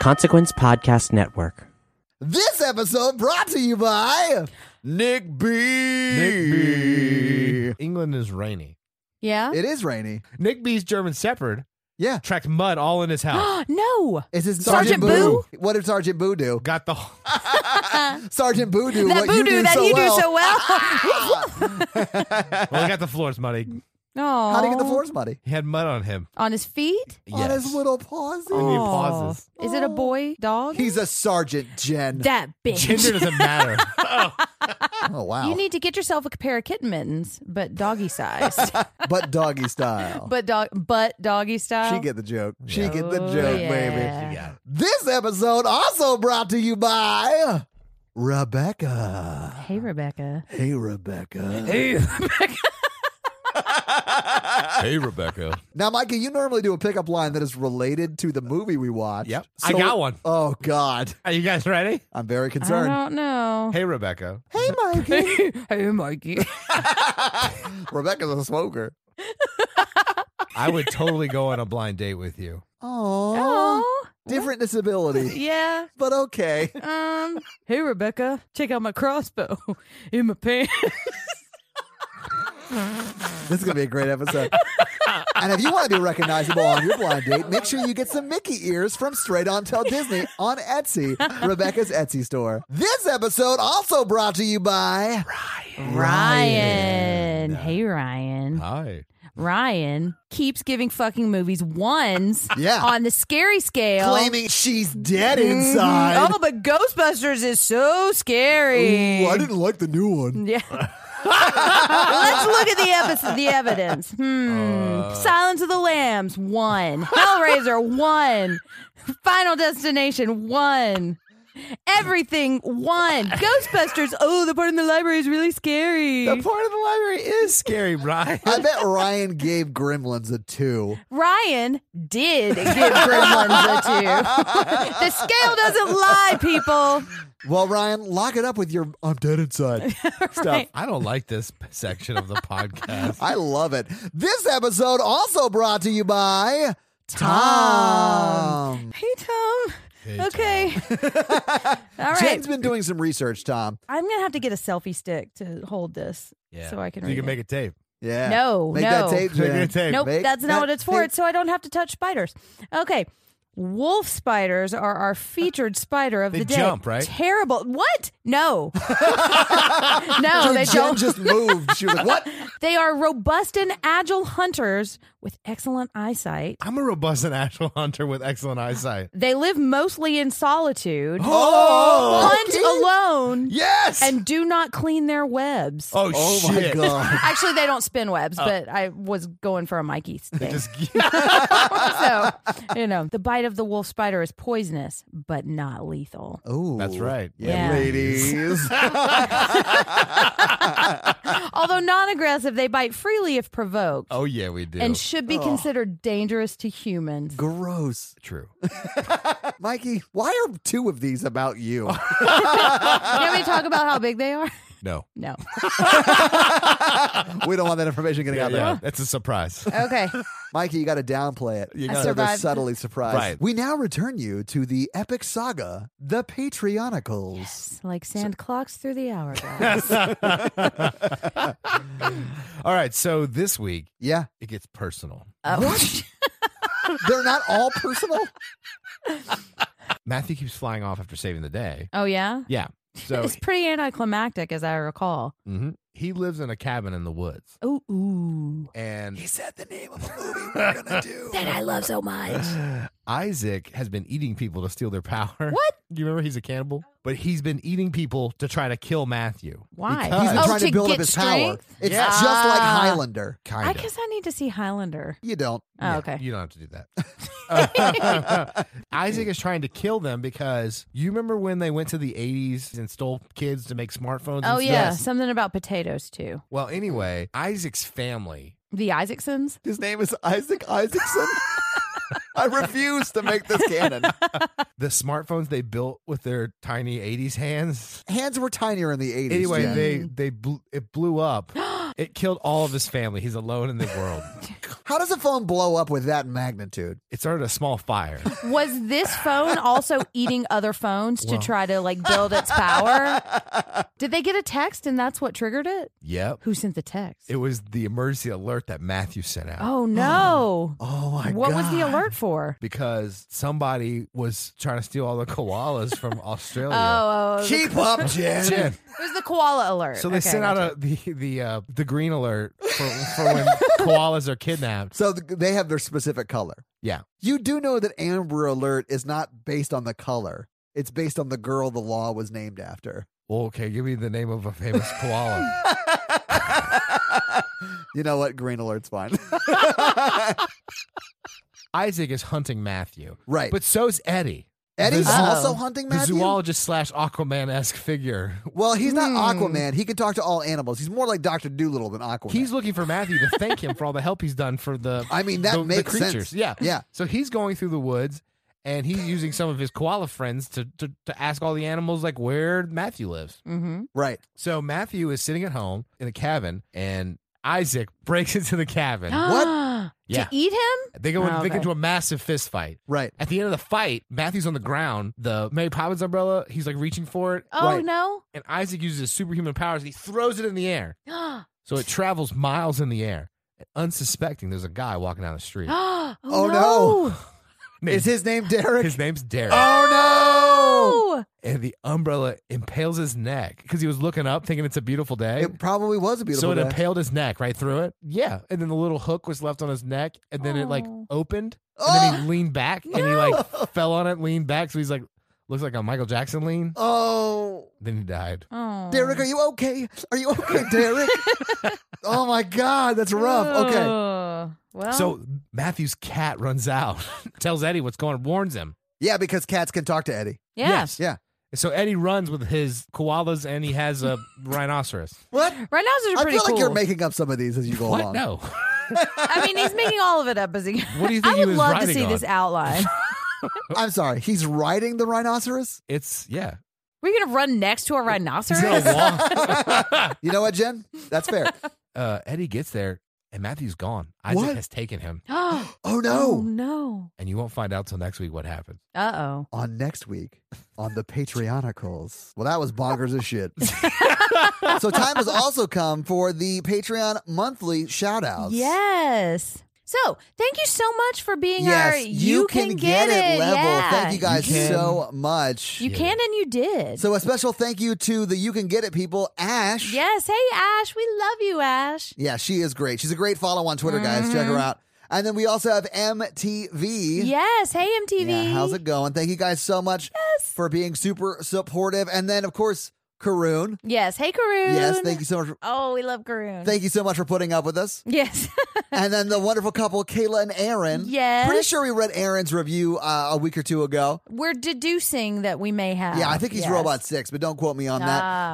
Consequence Podcast Network. This episode brought to you by Nick B. Nick England is rainy. Yeah. It is rainy. Nick B's German Shepherd Yeah. tracked mud all in his house. no. Is it Sergeant Boo? What did Sergeant Boo do? Got the Sergeant Boo do that what you voodoo do that so you well. do so well. well, he got the floors muddy. Oh. How do you get the floors muddy? He had mud on him. On his feet? On Yes. his little paws. And he pauses. Is it a boy dog? He's a sergeant, Jen. that bitch. Gender doesn't matter. oh wow! You need to get yourself a pair of kitten mittens, but doggy sized. but doggy style. but dog but doggy style. she get the joke. She get the Oh, joke, yeah. baby. You got it. This episode also brought to you by Rebecca. Hey Rebecca. Hey, Rebecca. Hey, Rebecca. Now, Micah, you normally do a pickup line that is related to the movie we watched. Yep. I got one. Oh God, Are you guys ready? I'm very I concerned. don't know. Hey, Rebecca. Hey, Oh. Mikey. hey Mikey. Rebecca's a smoker. I would totally go on a blind date with you. Oh, Oh. different disability, Yeah. but okay. Um Hey Rebecca, check out my crossbow in my pants. This is gonna be a great episode. and if you want to be recognizable on your blind date, make sure you get some Mickey ears from Straight On Tell Disney on Etsy, Rebecca's Etsy store. This episode also brought to you by Ryan. Hey Ryan. Hi. Ryan keeps giving fucking movies ones Yeah. on the scary scale. claiming she's dead inside. Oh, but Ghostbusters is so scary. Ooh, I didn't like the new one. Yeah. Let's look at the, episode, the evidence. Hmm. Uh. Silence of the Lambs, one. Hellraiser, one. Final Destination, one. Everything, one. Ghostbusters, oh, the part in the library is really scary. The part of the library is scary, Brian. I bet Ryan gave Gremlins a two. Ryan did give Gremlins a two. the scale doesn't lie, people. Well, Ryan, lock it up with your I'm dead inside stuff. I don't like this section of the podcast. I love it. This episode also brought to you by Tom. Tom. Hey, Tom. okay. All right. Jen's been doing some research, Tom. I'm going to have to get a selfie stick to hold this so I can read You can make a tape. Yeah. No, Make no. that tape, Make Jen. it a tape. Nope, Make that's not that what it's for. tape. It's so I don't have to touch spiders. Okay. Wolf spiders are our featured spider of They the day. jump, right? Terrible. What? No. no, Dude, they Jen don't. just moved. She was like, what? They are robust and agile hunters with excellent eyesight. I'm a robust and agile hunter with excellent eyesight. They live mostly in solitude, Oh, hunt alone, yes. and do not clean their webs. oh, Oh my shit. god. Actually, they don't spin webs, but I was going for a Mikey thing. Just- so, you know, the bite of the wolf spider is poisonous, but not lethal. Ooh. That's right. Yeah, Yeah. ladies. Although non aggressive, they bite freely if provoked oh yeah, we do. and should be considered dangerous to humans. Gross. True. Mikey, why are two of these about you? Can we talk about how big they are? No. No. we don't want that information getting Yeah, out there. yeah, That's a surprise. Okay. Mikey, you got to downplay it. You I gotta- So they're survived. subtly surprised. Right. We now return you to the epic saga, The Patreonicals. Like sand clocks through the hourglass. All right. So this week Yeah. it gets personal. Oh. They're not all personal. Matthew keeps flying off after saving the day. Oh yeah. Yeah. So It's pretty anticlimactic, as I recall. mhm. he lives in a cabin in the woods, Ooh, Oh, ooh. and He said the name of the movie we we're going to do. that I love so much. Isaac has been eating people to steal their power. What? You remember he's a cannibal, but he's been eating people to try to kill Matthew. Why? Because- He's been oh, trying to, build up get his strength? power. It's Yeah. just like Ah. Highlander. Kind I of. guess I need to see Highlander. You don't. Oh, Yeah, okay. You don't have to do that. Isaac is trying to kill them because you remember when they went to the 80s and stole kids to make smartphones? Oh and yeah, stuff? something about potatoes too. Well, anyway, Isaac's family. The Isaacsons. His name is Isaac Isaacson. I refuse to make this canon. The smartphones they built with their tiny 80s hands. Hands were tinier in the 80s. Anyway, Jen. they they blew, it blew up It killed all of his family. He's alone in the world. How does a phone blow up with that magnitude? It started a small fire. Was this phone also eating other phones to try to like build its power? Did they get a text and that's what triggered it? Yep. Who sent the text? It was the emergency alert that Matthew sent out. oh no. Oh my what was the alert for? Because somebody was trying to steal all the koalas from Australia. Oh, oh, Keep up, Jen. Jen. it was the koala alert. So they Okay, sent out gotcha. a, the the uh, the green alert for, for when koalas are kidnapped. So th- they have their specific color. Yeah. You do know that Amber Alert is not based on the color. It's based on the girl the law was named after. Well, okay, give me the name of a famous koala. You know what? Green Alert's fine. Isaac is hunting Matthew, right. but so's Eddie. Eddie's the- also Oh. hunting The Matthew. zoologist slash Aquaman esque figure. well, he's not Hmm. Aquaman. He can talk to all animals. He's more like Doctor Doolittle than Aquaman. He's looking for Matthew to thank him for all the help he's done for the I mean, that the, the makes sense. creatures. Yeah. yeah. So he's going through the woods and he's using some of his koala friends to, to, to ask all the animals like where Matthew lives. Mhm. Right. So Matthew is sitting at home in a cabin and Isaac breaks into the cabin. to Yeah. eat him? They go in- Oh, they okay. get into a massive fist fight. Right. At the end of the fight, Matthew's on the ground. The Mary Poppins umbrella, he's like reaching for it, Oh Right. no. and Isaac uses his superhuman powers and he throws it in the air. oh, So it travels miles in the air. Unsuspecting, there's a guy walking down the street. Oh, no. Is his name Derek? His name's Derek. oh Oh. And the umbrella impales his neck because he was looking up thinking it's a beautiful day. no! It probably was a so beautiful it day. impaled his neck right through it. Yeah. And then the little hook was left on his neck. And then it like Oh. Ah! opened. And then he leaned back and he like No. fell on it, leaned back. So he's like, looks like a Michael Jackson lean. oh. Then he died. Oh. Derek, are you okay? Are you okay, Derek? oh my God, that's rough. Okay. Ugh. Well. So Matthew's cat runs out, tells Eddie what's going on, warns him. Yeah, because cats can talk to Eddie. yeah. Yeah. So Eddie runs with his koalas and he has a rhinoceros. What? Right now, it's I pretty feel cool. like you're making up some of these as you go What? along. No. I mean, he's making all of it up as he. What do you think I he would was love to riding see on? this outline. I'm sorry. He's riding the rhinoceros. It's yeah. We're gonna run next to a rhinoceros. He's gonna walk. You know what, Jen? That's fair. Oh, uh, Eddie gets there and Matthew's gone. Isaac What? has taken him, oh Oh no! no. and you won't find out till next week what happens. Uh oh. On next week on the Patreonicals. Well, that was bonkers as shit. so time has also come for the Patreon monthly shout outs. Yes. So thank you so much for being our. Yes, You, can, get, it. level. Yeah. Thank you guys You can. so much. You can and you did. So a special thank you to the You Can Get It people, Ash. yes. Hey Ash, we love you, Ash. Yeah, she is great. She's a great follow on Twitter, guys. Check her Mm-hmm. out. And then we also have MTV. Yes. Hey MTV. Yeah, how's it going? Thank you guys so much for being super supportive. And then of course, Karoon. Yes. Hey Karoon. Yes, thank you so much. For, Oh, we love Karoon. thank you so much for putting up with us. Yes. And then the wonderful couple, Kayla and Aaron. Yes. Pretty sure we read Aaron's review uh, a week or two ago. We're deducing that we may have. Yeah, I think he's Ah, yes. Robot Six, but don't quote me on Ah.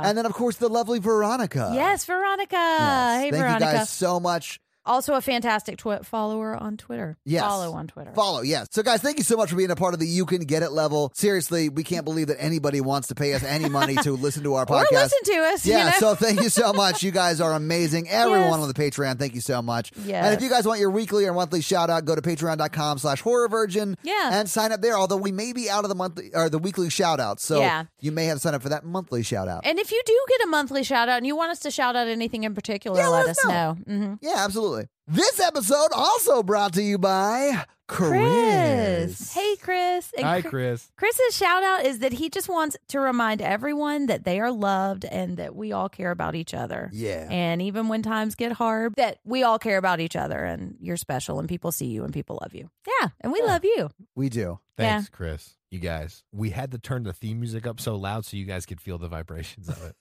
that. And then of course, the lovely Veronica. Yes, Veronica. Yes. Hey, thank Veronica. you guys so much. Also a fantastic twi- follower on Twitter. Yes. Follow on Twitter. Follow, yes. So, guys, thank you so much for being a part of the You Can Get It level. Seriously, we can't believe that anybody wants to pay us any money to listen to our or podcast. listen to us. yeah, you know? so thank you so much. You guys are amazing. Everyone Yes. on the Patreon, thank you so much. Yes. And if you guys want your weekly or monthly shout out, go to patreon.com slash horror virgin Yeah. and sign up there. Although we may be out of the monthly or the weekly shout out. So Yeah. you may have to sign up for that monthly shout out. and if you do get a monthly shout out and you want us to shout out anything in particular, Yeah, let, let us us know. hmm yeah, absolutely. This episode also brought to you by Chris. Hey, Chris. And Hi, Chri- Chris. Chris's shout out is that he just wants to remind everyone that they are loved and that we all care about each other. Yeah. And even when times get hard, that we all care about each other and you're special and people see you and people love you. Yeah. And we love you. We do. Thanks, Chris. You guys, we had to turn the theme music up so loud so you guys could feel the vibrations of it.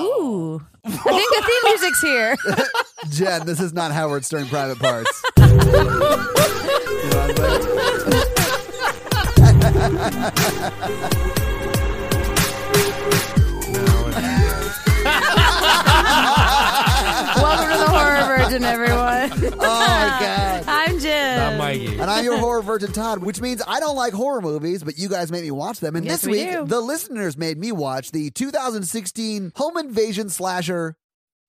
Ooh. I think the theme music's here. Jen, this is not Howard Stern private parts. You know what I'm saying? Welcome to the Horror Virgin, everyone. Oh my god. I'm Jen. Not Mikey. And I'm your horror virgin Todd, which means I don't like horror movies, but you guys made me watch them. And Yes, this we week, do. the listeners made me watch the 2016 home invasion slasher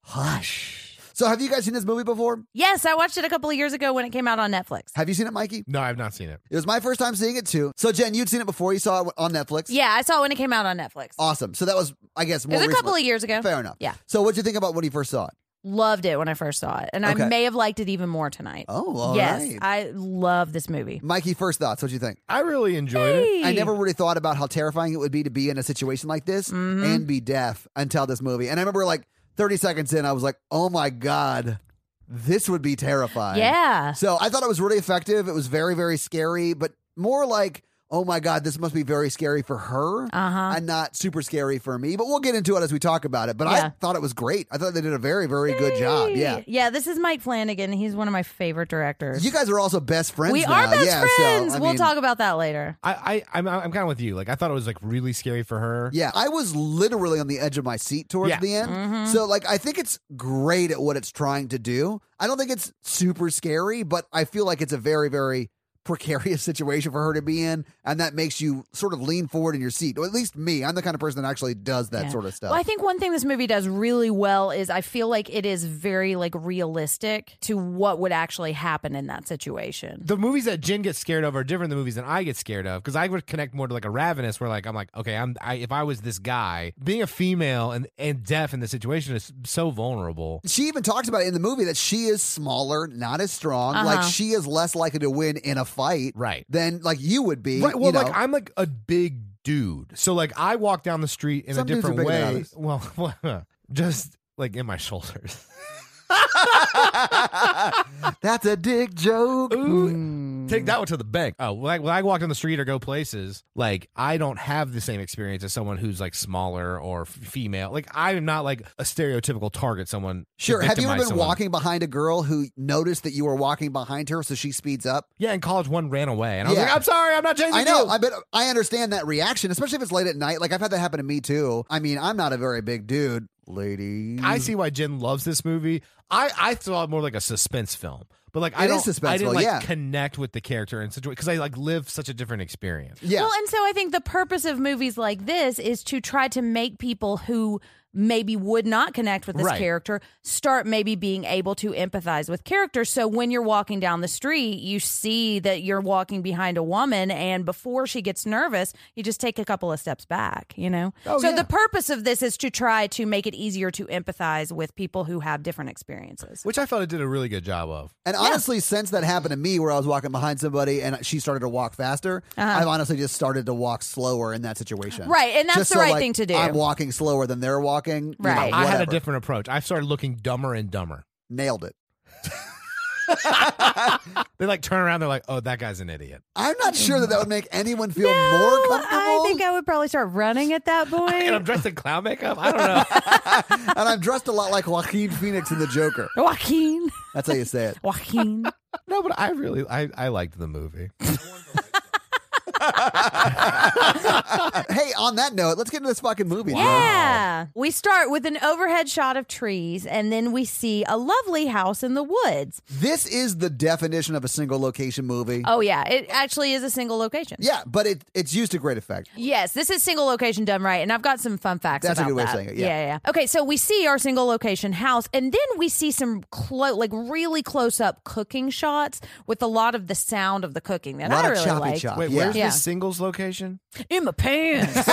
Hush. So, have you guys seen this movie before? Yes, I watched it a couple of years ago when it came out on Netflix. Have you seen it, Mikey? No, I've not seen it. It was my first time seeing it too. So, Jen, you'd seen it before. You saw it on Netflix. Yeah, I saw it when it came out on Netflix. Awesome. So that was, I guess, It more was a recently. couple of years ago. Fair enough. Yeah. So, what'd you think about when you first saw it? Loved it when I first saw it, and Okay. I may have liked it even more tonight. Oh, all right. yes, I love this movie. Mikey, first thoughts. What'd you think? I really enjoyed it. I never really thought about how terrifying it would be to be in a situation like this Mm-hmm. and be deaf until this movie. And I remember like 30 seconds in, I was like, oh my God, this would be terrifying. Yeah. So I thought it was really effective. It was very, very scary, but more like, oh my God, this must be very scary for her Uh-huh. and not super scary for me. But we'll get into it as we talk about it. But I Yeah. thought it was great. I thought they did a very, very good job. Yeah. Yeah, this is Mike Flanagan. He's one of my favorite directors. You guys are also best friends we now. are best yeah, so, friends. I we'll mean, talk about that later. I, I I'm I'm kind of with you. Like I thought it was like really scary for her. Yeah, I was literally on the edge of my seat towards Yeah. the end. So, like, I think it's great at what it's trying to do. I don't think it's super scary, but I feel like it's a very, very precarious situation for her to be in. And that makes you sort of lean forward in your seat. Or at least me. I'm the kind of person that actually does that Yeah. sort of stuff. Well, I think one thing this movie does really well is I feel like it is very like realistic to what would actually happen in that situation. The movies that Jen gets scared of are different than the movies that I get scared of because I would connect more to like a ravenous where like I'm like okay I'm I, if I was this guy being a female and and deaf in this situation is so vulnerable. she even talks about it in the movie that she is smaller, not as strong. Like, Uh-huh. she is less likely to win in a fight Right. than, like, you would be. Right. you Well, like know. I'm like a big dude, so like I walk down the street in Some a dudes are different bigger than way. others. Well, just like in my shoulders. That's a dick joke. Take that one to the bank. Oh, when I, when I walk down the street or go places, like I don't have the same experience as someone who's like smaller or f- female. Like I'm not like a stereotypical target. Someone to Sure. Have you ever victimize been someone. walking behind a girl who noticed that you were walking behind her, so she speeds up? Yeah, in college, one ran away, and I was Yeah. like, "I'm sorry, I'm not chasing." I know. you." I bet I understand that reaction, especially if it's late at night. Like I've had that happen to me too. I mean, I'm not a very big dude, ladies. I see why Jen loves this movie. I I saw it more like a suspense film, but like It I is don't I suspenseful, didn't like yeah. connect with the character in such a way because I like live such a different experience. Yeah. Well, and so I think the purpose of movies like this is to try to make people who maybe would not connect with this Right. character start maybe being able to empathize with characters. So when you're walking down the street, you see that you're walking behind a woman, and before she gets nervous, you just take a couple of steps back, you know? Oh, so the purpose of this is to try to make it easier to empathize with people who have different experiences. Which I felt it did a really good job of. and honestly, since that happened to me, where I was walking behind somebody and she started to walk faster, I've honestly just started to walk slower in that situation. Uh-huh. Right, and that's Just the so, right like, thing to do. I'm walking slower than they're walking. you know, Right. I had a whatever. different approach. I started looking dumber and dumber. nailed it. They like turn around. They're like, "Oh, that guy's an idiot." I'm not sure that that would make anyone feel more Oh, comfortable. Mm-hmm. I think I would probably start running at that point. And I'm dressed in clown makeup. I don't know. and I'm dressed a lot like Joaquin Phoenix in The Joker. Joaquin. That's how you say it. Joaquin. no, but I really, I, I liked the movie. hey, on that note, let's get into this fucking movie. dude. Yeah. We start with an overhead shot of trees, and then we see a lovely house in the woods. This is the definition of a single location movie. Oh, yeah. It actually is a single location. Yeah, but it, it's used to great effect. Yes, this is single location done right, and I've got some fun facts. That's a about good way of that. saying it, yeah. yeah, Okay, so we see our single location house, and then we see some clo- like really close up cooking shots with a lot of the sound of the cooking that a lot I of really choppy liked. chop. Wait, yeah. where's Yeah. the singles location? In my pants. I've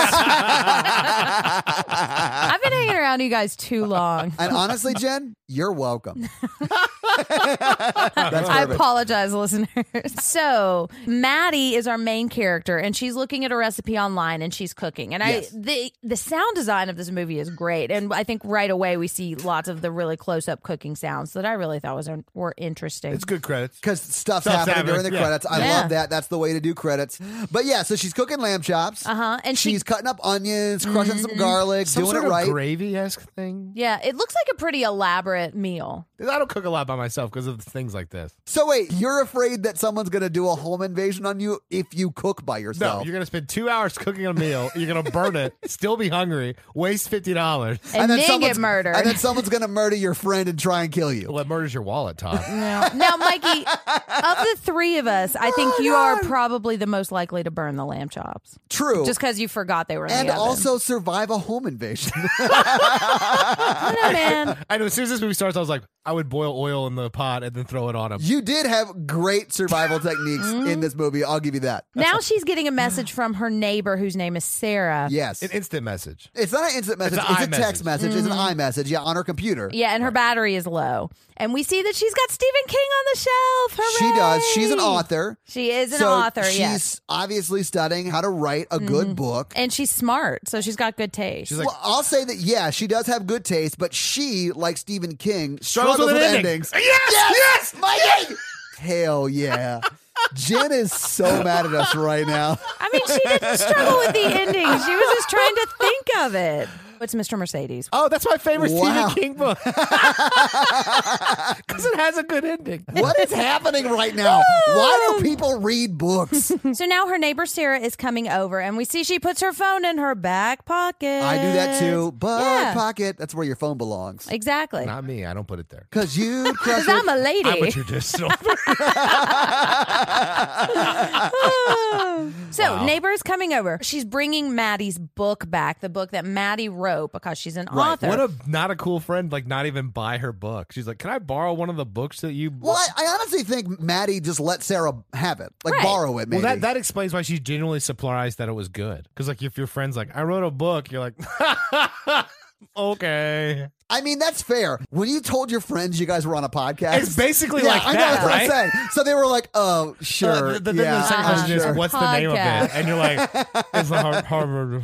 been hanging around you guys too long. And honestly, Jen, you're welcome. That's I perfect. apologize, listeners. So Maddie is our main character, and she's looking at a recipe online and she's cooking. And Yes. I the the sound design of this movie is great, and I think right away we see lots of the really close up cooking sounds that I really thought was uh, were interesting. It's good credits. Because stuff's, Stuff's happening happening, during the yeah. credits. I Yeah. love that. That's the way to do credits. But yeah, so she's cooking lamb chops. Uh huh. And she Mm-hmm. She's cutting up onions, crushing some garlic, Some doing sort it of right. gravy esque thing. yeah, it looks like a pretty elaborate meal. I don't cook a lot by myself because of things like this. So wait, you're afraid that someone's gonna do a home invasion on you if you cook by No, yourself? you're gonna spend two hours cooking a meal. You're gonna burn it, still be hungry, waste fifty dollars. and, then someone's- get murdered. And then someone's gonna murder your friend and try and kill you. Well, it murders your wallet, Todd. No. Now, Mikey, of the three of us, I Oh, think you are probably the most likely to burn the lamb chops, True. just because you forgot they were in and the oven. also survive a home invasion. I don't know, man. I know. As soon as this movie starts, I was like, I would boil oil in the pot and then throw it on him. you did have great survival techniques Mm-hmm. in this movie. I'll give you that. Now she's getting a message from her neighbor, whose name is Sarah. Yes. An instant message. it's not an instant message. an It's, a iMessage. text message. It's an iMessage. Yeah, on her computer. Mm-hmm. Yeah, and her battery is low, and we see that she's got Stephen King on the shelf. She does. She's an Hooray! author. She is an so author. She's Yes, Mm-hmm. obviously studying how to write a good book. and she's smart, so she's got good taste. She's like, well, I'll say that yeah, she does have good taste, but she, like Stephen King, struggles, Struggles with with, an ending. endings. Yes! yes, Mikey. Hell yeah! Jen is so mad at us right now. I mean, she didn't struggle with the ending. She was just trying to think of it. What's Mr. Mercedes? Oh, that's my favorite Wow. Stephen King book because it has a good ending. What is happening right now? Why do people read books? So now her neighbor Sarah is coming over, and we see she puts her phone in her back pocket. I do that too. But Yeah. pocket, that's where your phone belongs. Exactly. Not me. I don't put it there. Cause you crush Because I'm a lady. I'm a traditional. so neighbor is coming over. She's bringing Maddie's book back, the book that Maddie wrote because she's an author. what a not a cool friend. Like not even buy her book. She's like, can I borrow one of the books that you? Well, I, I honestly think Maddie just let Sarah have it, like Right. borrow it. Maybe. Well, that, that explains why she's genuinely surprised that it was good. Because like, if your friend's like, I wrote a book, you're like, okay. I mean, that's fair. When you told your friends you guys were on a podcast, It's basically yeah, like I know that, that's right? what I'm saying. So they were like, "Oh, sure." Uh, th- th- then yeah, the second I'm question sure. is, what's the name of Podcast. it? And you're like, it's the Har- Harvard.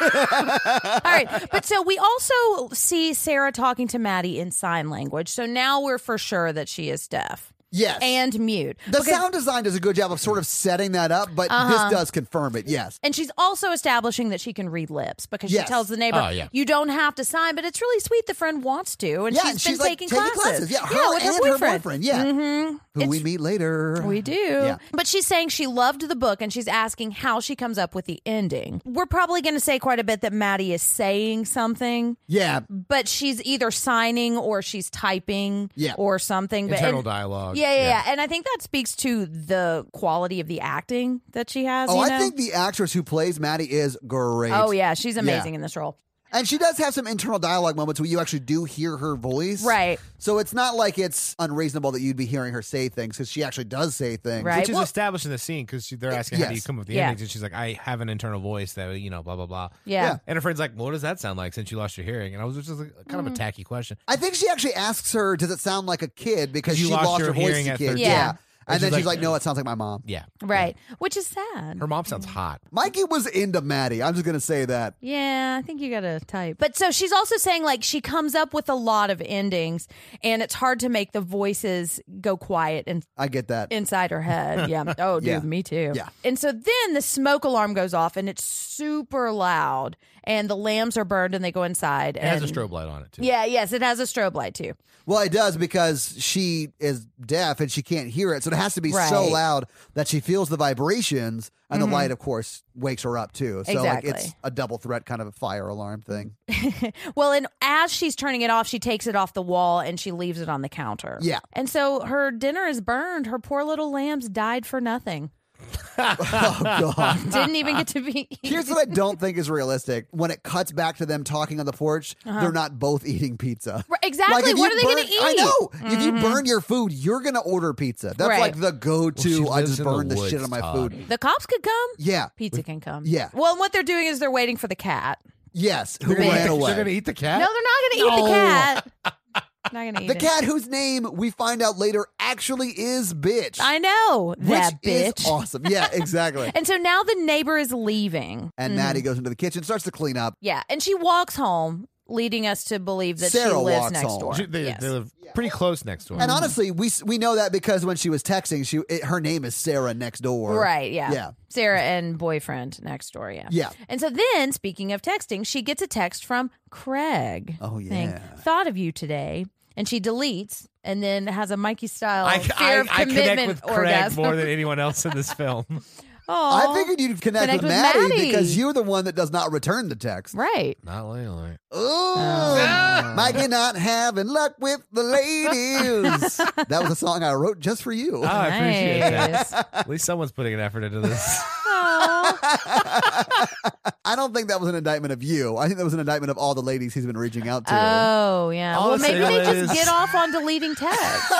All right. But so we also see Sarah talking to Maddie in sign language. So now we're for sure that she is deaf Yes. and mute. the sound design does a good job of sort of setting that up, but Uh-huh. this does confirm it. Yes. And she's also establishing that she can read lips because Yes. she tells the neighbor, Oh, yeah. you don't have to sign, but it's really sweet. The friend wants to. And Yeah, she's and been she's like taking, Yeah, her with and her boyfriend. Mm-hmm. Yeah, who we meet later. We do. But she's saying she loved the book and she's asking how she comes up with the ending. We're probably going to say quite a bit that Maddie is saying something, Yeah, but she's either signing or she's typing Yeah. or something. But, Internal and- dialogue. Yeah, yeah, yeah. And I think that speaks to the quality of the acting that she has. Oh, you I know? think the actress who plays Maddie is great. Oh, yeah. She's amazing in this role. And she does have some internal dialogue moments where you actually do hear her voice. Right. So it's not like it's unreasonable that you'd be hearing her say things because she actually does say things. Right. Which is Well- established in the scene because they're asking how do you yes. come up with the Yeah. endings, and she's like, I have an internal voice that you know, blah blah blah. Yeah. Yeah. And her friend's like, well, "What does that sound like since you lost your hearing?" And I was just like, kind of a tacky question. I think she actually asks her, "Does it sound like a kid?" Because 'Cause you she lost lost your her voice hearing as a at kid. 13. Yeah. Yeah. And, And then she's she's like- like, "No, it sounds like my mom." Yeah, Right. Which is sad. her mom sounds hot. Mikey was into Maddie. I'm just gonna say that. Yeah, I think you got to type. But so she's also saying like she comes up with a lot of endings and it's hard to make the voices go quiet and I get that. inside her head. Yeah. Oh, dude, Yeah. me too. Yeah. And so then the smoke alarm goes off and it's super loud and the lambs are burned and they go inside. It has and a strobe light on it too. Yeah, yes, it has a strobe light too. well, it does because she is deaf and she can't hear it, so it has to be so Right. Mm-hmm. loud that she feels the vibrations, and the light, of course, wakes her up too. So Exactly. like it's a double threat kind of a fire alarm thing. Well, and as she's turning it off, she takes it off the wall and she leaves it on the counter. Yeah. And so her dinner is burned. Her poor little lambs died for nothing. oh god. Didn't even get to be eaten. Here's what I don't think is realistic. When it cuts back to them talking on the porch, they're not both eating pizza. Uh-huh. Right, exactly. if What you are they gonna burn- I eat? Mm-hmm. know. If you burn your food, you're going to order pizza. That's Right. like the go to. Well, she I lives just in the burned the, shit woods, out of my Todd. food. The cops could come. Yeah. Pizza can come. yeah. Well, and what they're doing is they're waiting for the cat. Yes. Who gonna ran eat- They're gonna away? eat the cat. No, they're not going to eat the cat. not going to eat The it. cat whose name we find out later actually is Bitch. I know which that is bitch. awesome. Yeah, exactly. And Mm. so now the neighbor is leaving. and Maddie goes into the kitchen, starts to clean up. Yeah, and she walks home, leading us to believe that she Sarah lives walks next home. door. She- they, Yes. they live pretty close next door. Mm. And honestly, we we know that because when she was texting, she it, her name is Sarah next door. Right, yeah. uh, Yeah. Sarah and boyfriend next door, yeah. Yeah. And so then, speaking of texting, she gets a text from Craig. Oh, saying, yeah. Thought of you today. and she deletes and then has a Mikey style I, fear I, of I connect commitment with Craig orgasm. more than anyone else in this film. Aw. I figured you'd connect, with, Connect with Maddie, Maddie. because you're the one that does not return the text. right. Not lately. Ooh, Mike, you're not having luck with the ladies. that was a song I wrote just for you. Ah, I appreciate that. Nice. At least someone's putting an effort into this. Aw. I don't think that was an indictment of you. I think that was an indictment of all the ladies he's been reaching out to. Oh yeah. All well, I'll say maybe they is- just get off on deleting text.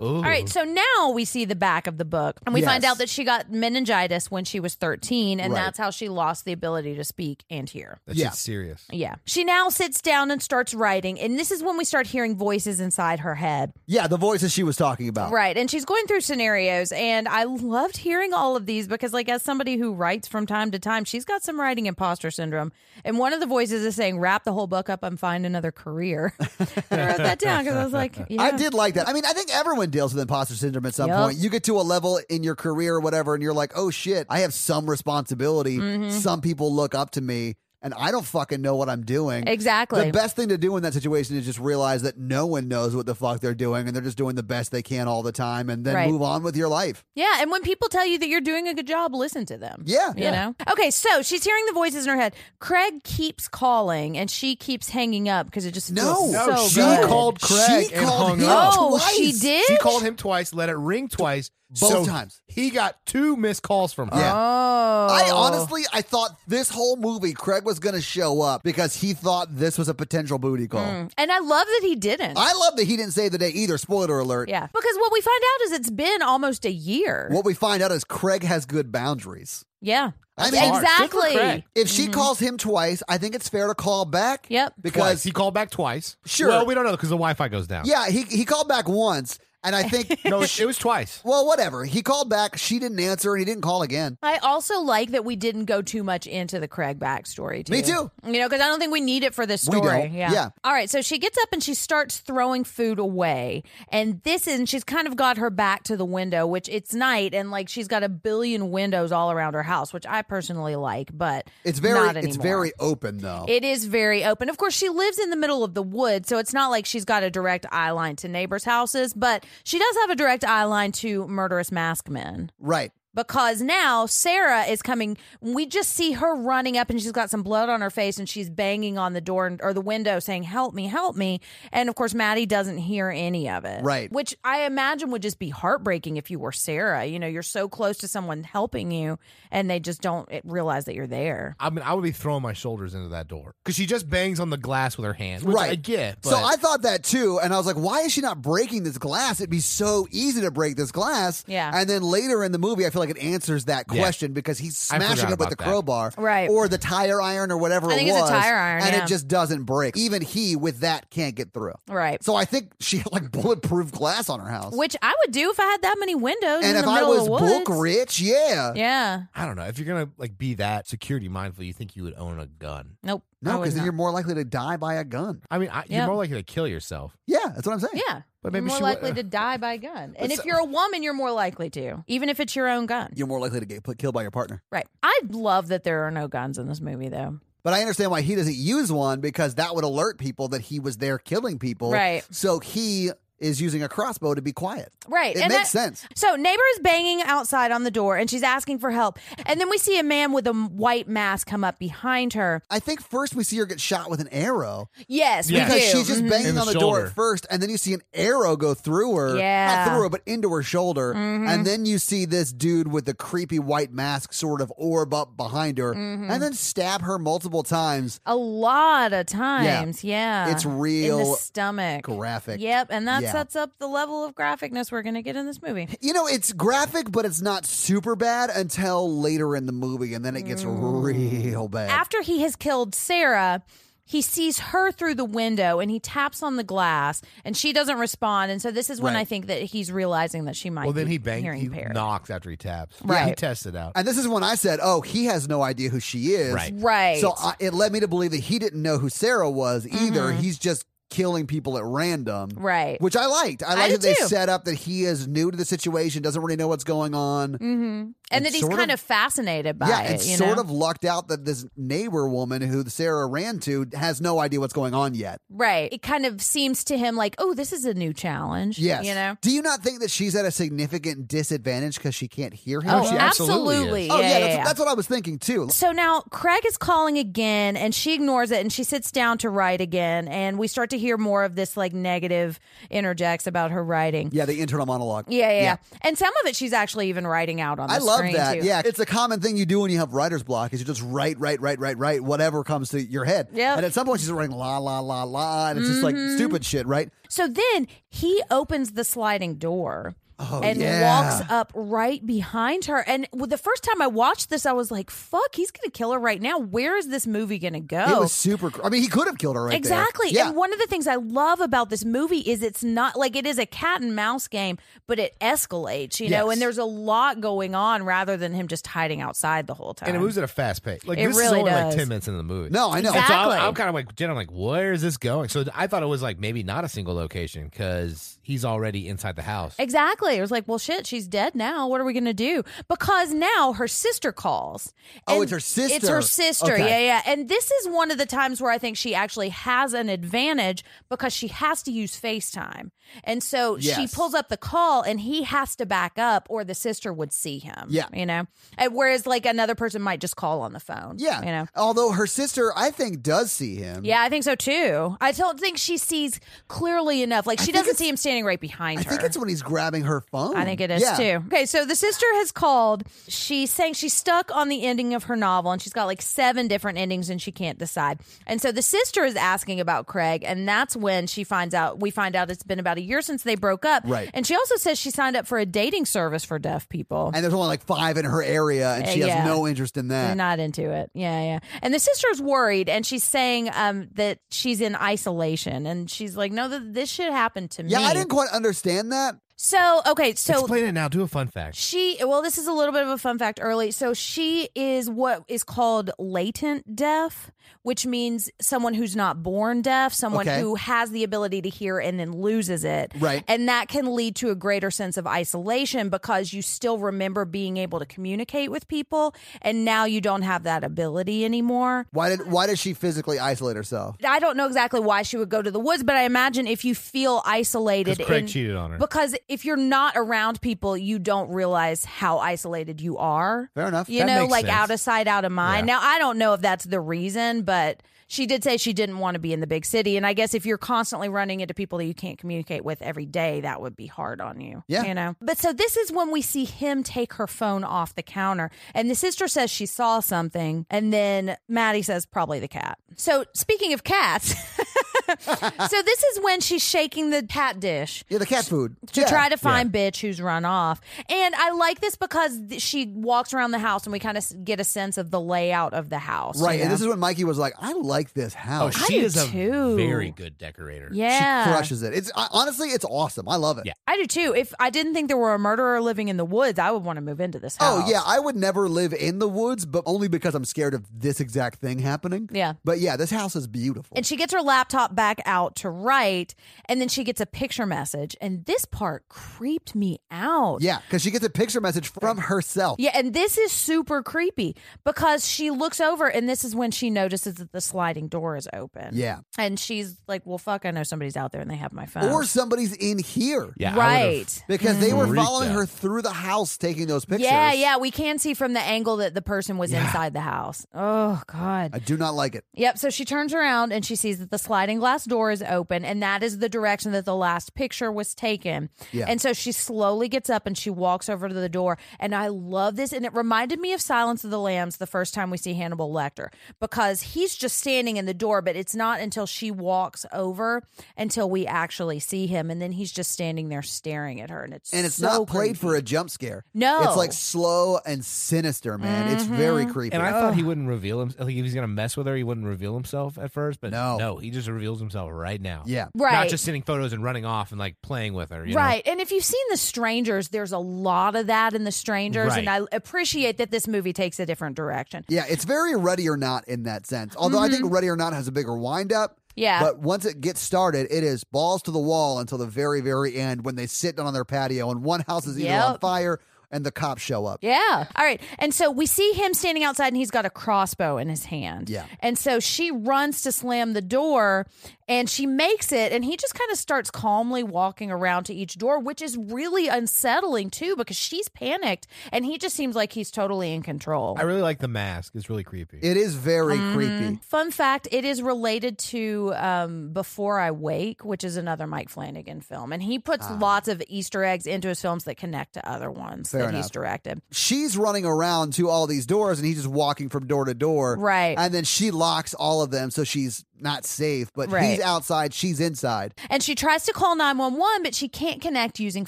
Ooh. All right, so now we see the back of the book, and we Yes. find out that she got meningitis when she was 13, and Right. that's how she lost the ability to speak and hear. That Yeah. shit's serious. Yeah. She now sits down and starts writing, and this is when we start hearing voices inside her head. yeah, the voices she was talking about. Right. And she's going through scenarios, and I loved hearing all of these because, like, as somebody who writes from time to time, she's got some writing imposter syndrome. And one of the voices is saying, Wrap the whole book up and find another career. and I wrote that down because I was like, yeah. I did like that. I mean, I think everyone deals with imposter syndrome at some Yup. point. You get to a level in your career or whatever, and you're like, oh shit, I have some responsibility. Mm-hmm. Some people look up to me, and I don't fucking know what I'm doing. Exactly. The best thing to do in that situation is just realize that no one knows what the fuck they're doing, and they're just doing the best they can all the time, and then Right. move on with your life. Yeah, and when people tell you that you're doing a good job, listen to them. Yeah. You Yeah. know? Okay, so she's hearing the voices in her head. Craig keeps calling and she keeps hanging up because it just No, feels No, so she good. called Craig She and called hung him up. Oh, twice. she did? She called him twice, let it ring twice. Both so times. He got two missed calls from her. Yeah. Oh. I honestly, I thought this whole movie, Craig was going to show up because he thought this was a potential booty call. And I love that he didn't. I love that he didn't say the day either. Spoiler alert. yeah. Because what we find out is it's been almost a year. What we find out is Craig has good boundaries. Yeah. I mean, hard. Good for exactly. Craig. if she calls him twice, I think it's fair to call back. Mm-hmm. Yep. Because Twice. He called back twice. Sure. Well, we don't know because the Wi Fi goes down. yeah, he he called back once, and I think No, it, it was twice. well, whatever. He called back, she didn't answer, and he didn't call again. I also like that we didn't go too much into the Craig backstory. Too. Me too. You know, because I don't think we need it for this We story. don't. Yeah. Yeah. All right. So she gets up and she starts throwing food away, and this is and she's kind of got her back to the window, which it's night, and like she's got a billion windows all around her house, which I personally like, but It's very not it's anymore. very open though. It is very open. Of course, she lives in the middle of the woods, so it's not like she's got a direct eye line to neighbors' houses, but she does have a direct eye line to murderous masked men right. because now Sarah is coming. We just see her running up and she's got some blood on her face and she's banging on the door and- or the window saying, Help me, help me. And of course, Maddie doesn't hear any of it. Right. Which I imagine would just be heartbreaking if you were Sarah. You know, you're so close to someone helping you and they just don't eh, realize that you're there. I mean, I would be throwing my shoulders into that door because she just bangs on the glass with her hand. Which Right. I get. But So I thought that too, and I was like, why is she not breaking this glass? It'd be so easy to break this glass. Yeah. And then later in the movie, I feel like it answers that Yeah. question because he's I forgot smashing it with about the that. crowbar. Right. Or the tire iron or whatever I think it it's a was. tire iron, And yeah. it just doesn't break. Even he with that can't get through. Right. So I think she had like bulletproof glass on her house. Which I would do if I had that many windows. and in if the I middle was of the woods. book rich, yeah. Yeah. I don't know. If you're going to like be that security mindful, you think you would own a gun. Nope. I No, would because then not. you're more likely to die by a gun. I mean, I, Yeah. you're more likely to kill yourself. Yeah, that's what I'm saying. Yeah. But maybe you're more she wa- likely to die by gun. And if you're a woman, you're more likely to, even if it's your own gun. You're more likely to get put, killed by your partner. Right. I love that there are no guns in this movie, though. But I understand why he doesn't use one because that would alert people that he was there killing people. Right. So he is using a crossbow to be quiet. Right. It and makes I- sense. So, neighbor is banging outside on the door and she's asking for help. And then we see a man with a m- white mask come up behind her. I think first we see her get shot with an arrow Yes, Yeah. we because do. she's just Mhm. banging In the on the door shoulder. at first, and then you see an arrow go through her. Yeah. Mm-hmm. Not through her, but into her shoulder. And then you see this dude with the creepy white mask sort of orb up behind her Mm-hmm. and then stab her multiple times. a lot of times. Yeah. It's In the real stomach. graphic. Yep. And that Yeah. sets up the level of graphicness we're going to get in this movie. You know, it's graphic, but it's not super bad until later in the movie, and then it gets Mm. real bad. after he has killed Sarah, he sees her through the window and he taps on the glass and she doesn't respond. And so this is when Right. I think that he's realizing that she might Well, then be he bangs, hearing he impaired. knocks after he taps. Right. Uh, Yeah, he tests it out. and this is when I said, "Oh, he has no idea who she is." Right. Right. So I, it led me to believe that he didn't know who Sarah was either. He's just killing people at random. Mm-hmm. right. Which I liked. I I liked did that they too. set up that he is new to the situation, doesn't really know what's going on. hmm And and it's that he's sort kind of, fascinated by yeah, it. it's you sort know? of lucked out that this neighbor woman who Sarah ran to has no idea what's going on yet. right. It kind of seems to him like, oh, this is a new challenge. Yes. you know. Do you not think that she's at a significant disadvantage because she can't hear him? Oh, she absolutely absolutely. is. Yeah, oh yeah, yeah, that's, yeah. that's what I was thinking too. So now Craig is calling again and she ignores it and she sits down to write again and we start to hear more of this like negative interjects about her writing. Yeah, the internal monologue. Yeah, yeah. yeah. And some of it she's actually even writing out on the I love screen that. too. Yeah, it's a common thing you do when you have writer's block is you just write, write, write, write, write whatever comes to your head. Yep. Mm-hmm. And at some point she's writing la la la la, and it's just like stupid shit, right? So then he opens the sliding door. and Oh, yeah. walks up right behind her. And well, the first time I watched this, I was like, fuck, he's going to kill her right now. Where is this movie going to go? It was super. cr- I mean, he could have killed her right there. Oh. exactly. Yeah. And one of the things I love about this movie is it's not like it is a cat and mouse game, but it escalates, you know, Yes. and there's a lot going on rather than him just hiding outside the whole time. And it moves at a fast pace. Like It this really is only does. like ten minutes into the movie. no, I know. Exact- So I'm, Exactly. I'm kind of like, Jen, I'm like, where is this going? So I thought it was like maybe not a single location because he's already inside the house. Exactly. It was like, well, shit, she's dead now. What are we going to do? Because now her sister calls. Oh, it's her sister. It's her sister. Okay. Yeah, yeah. And this is one of the times where I think she actually has an advantage because she has to use FaceTime. And so she Yes. pulls up the call and he has to back up or the sister would see him. Yeah. You know? And whereas like another person might just call on the phone. Yeah. You know? Although her sister, I think, does see him. Yeah, I think so too. I don't think she sees clearly enough. Like she think doesn't it's- see him standing right behind I her. think it's when he's grabbing her phone. I think it is Yeah. too. Okay, so the sister has called. She's saying she's stuck on the ending of her novel and she's got like seven different endings and she can't decide. And so the sister is asking about Craig and that's when she finds out we find out it's been about a year since they broke up. Right. And she also says she signed up for a dating service for deaf people. And there's only like five in her area, and Uh, she has yeah. no interest in that. You're not into it. Yeah, yeah. And the sister's worried and she's saying um that she's in isolation and she's like no th- this shit happened to yeah, me. I didn't quite understand that. So, okay, so Explain it now. Do a fun fact. She well, this is a little bit of a fun fact early. So she is what is called latent deaf, which means someone who's not born deaf, someone Okay. who has the ability to hear and then loses it. Right. And that can lead to a greater sense of isolation because you still remember being able to communicate with people and now you don't have that ability anymore. Why did Why does she physically isolate herself? I don't know exactly why she would go to the woods, but I imagine if you feel isolated, Because Craig in- cheated on her. Because if you're not around people, you don't realize how isolated you are. Fair enough. You That know, makes like sense. out of sight, out of mind. Yeah. Now, I don't know if that's the reason, but she did say she didn't want to be in the big city. And I guess if you're constantly running into people that you can't communicate with every day, that would be hard on you. Yeah. You know? But so this is when we see him take her phone off the counter. And the sister says she saw something. And then Maddie says, probably the cat. So speaking of cats, so this is when she's shaking the cat dish Yeah, the cat food. to yeah. try to find bitch who's run off. And I like this because th- she walks around the house and we kind of get a sense of the layout of the house. Right, you and know? this is when Mikey was like, "I like this Oh, house. she do is a too. very good decorator. she yeah. crushes it. It's I, honestly, it's awesome. I love it. Yeah. I do too. If I didn't think there were a murderer living in the woods, I would want to move into this house. Oh yeah, I would never live in the woods, but only because I'm scared of this exact thing happening. Yeah. But yeah, this house is beautiful. And she gets her laptop back out to write, and then she gets a picture message. And this part creeped me out. yeah, because she gets a picture message from herself. Yeah, and this is super creepy because she looks over and this is when she notices that the sliding door is open. Yeah. And she's like, Well, fuck, I know somebody's out there and they have my phone. Or somebody's in here. Yeah. I would've- right. Because they were Freaked following out. her through the house taking those pictures. Mm. Yeah, yeah. We can see from the angle that the person was inside the house. Oh, God. I do not like it. Yep. So she turns around and she sees that the sliding glass door is open, and that is the direction that the last picture was taken. Yeah. And so she slowly gets up and she walks over to the door. And I love this. And it reminded me of Silence of the Lambs the first time we see Hannibal Lecter because he's just standing in the door, but it's not until she walks over until we actually see him. And then he's just standing there staring at her. And it's And it's so not played creepy. for a jump scare. No. Mm-hmm. It's like slow and sinister, man. It's very creepy. Oh, And I thought he wouldn't reveal himself. Like, if he's going to mess with her, he wouldn't reveal himself at first. But No. no, he just reveals himself right now. yeah. Right. Not just sending photos and running off and like playing with her. You Right. And if you've seen The Strangers, there's a lot of that in The Strangers. And I Right. appreciate that this movie takes a different direction. Yeah, it's very Ready or Not in that sense. Although I think Ready or Not has a bigger wind up. Mm-hmm. Yeah. But once it gets started, it is balls to the wall until the very, very end when they sit down on their patio and one house is either on Yep. fire and the cops show up. Yeah. All right. And so we see him standing outside and he's got a crossbow in his hand. Yeah. And so she runs to slam the door and she makes it and he just kind of starts calmly walking around to each door, which is really unsettling too because she's panicked and he just seems like he's totally in control. I really like the mask. It's really creepy. It is very Mm-hmm. creepy. Fun fact, it is related to um, Before I Wake, which is another Mike Flanagan film. And he puts Ah. lots of Easter eggs into his films that connect to other ones Fair that enough. he's directed. She's running around to all these doors and he's just walking from door to door. Right. And then she locks all of them so she's not safe, but Right. he's outside, she's inside. And she tries to call 911, but she can't connect using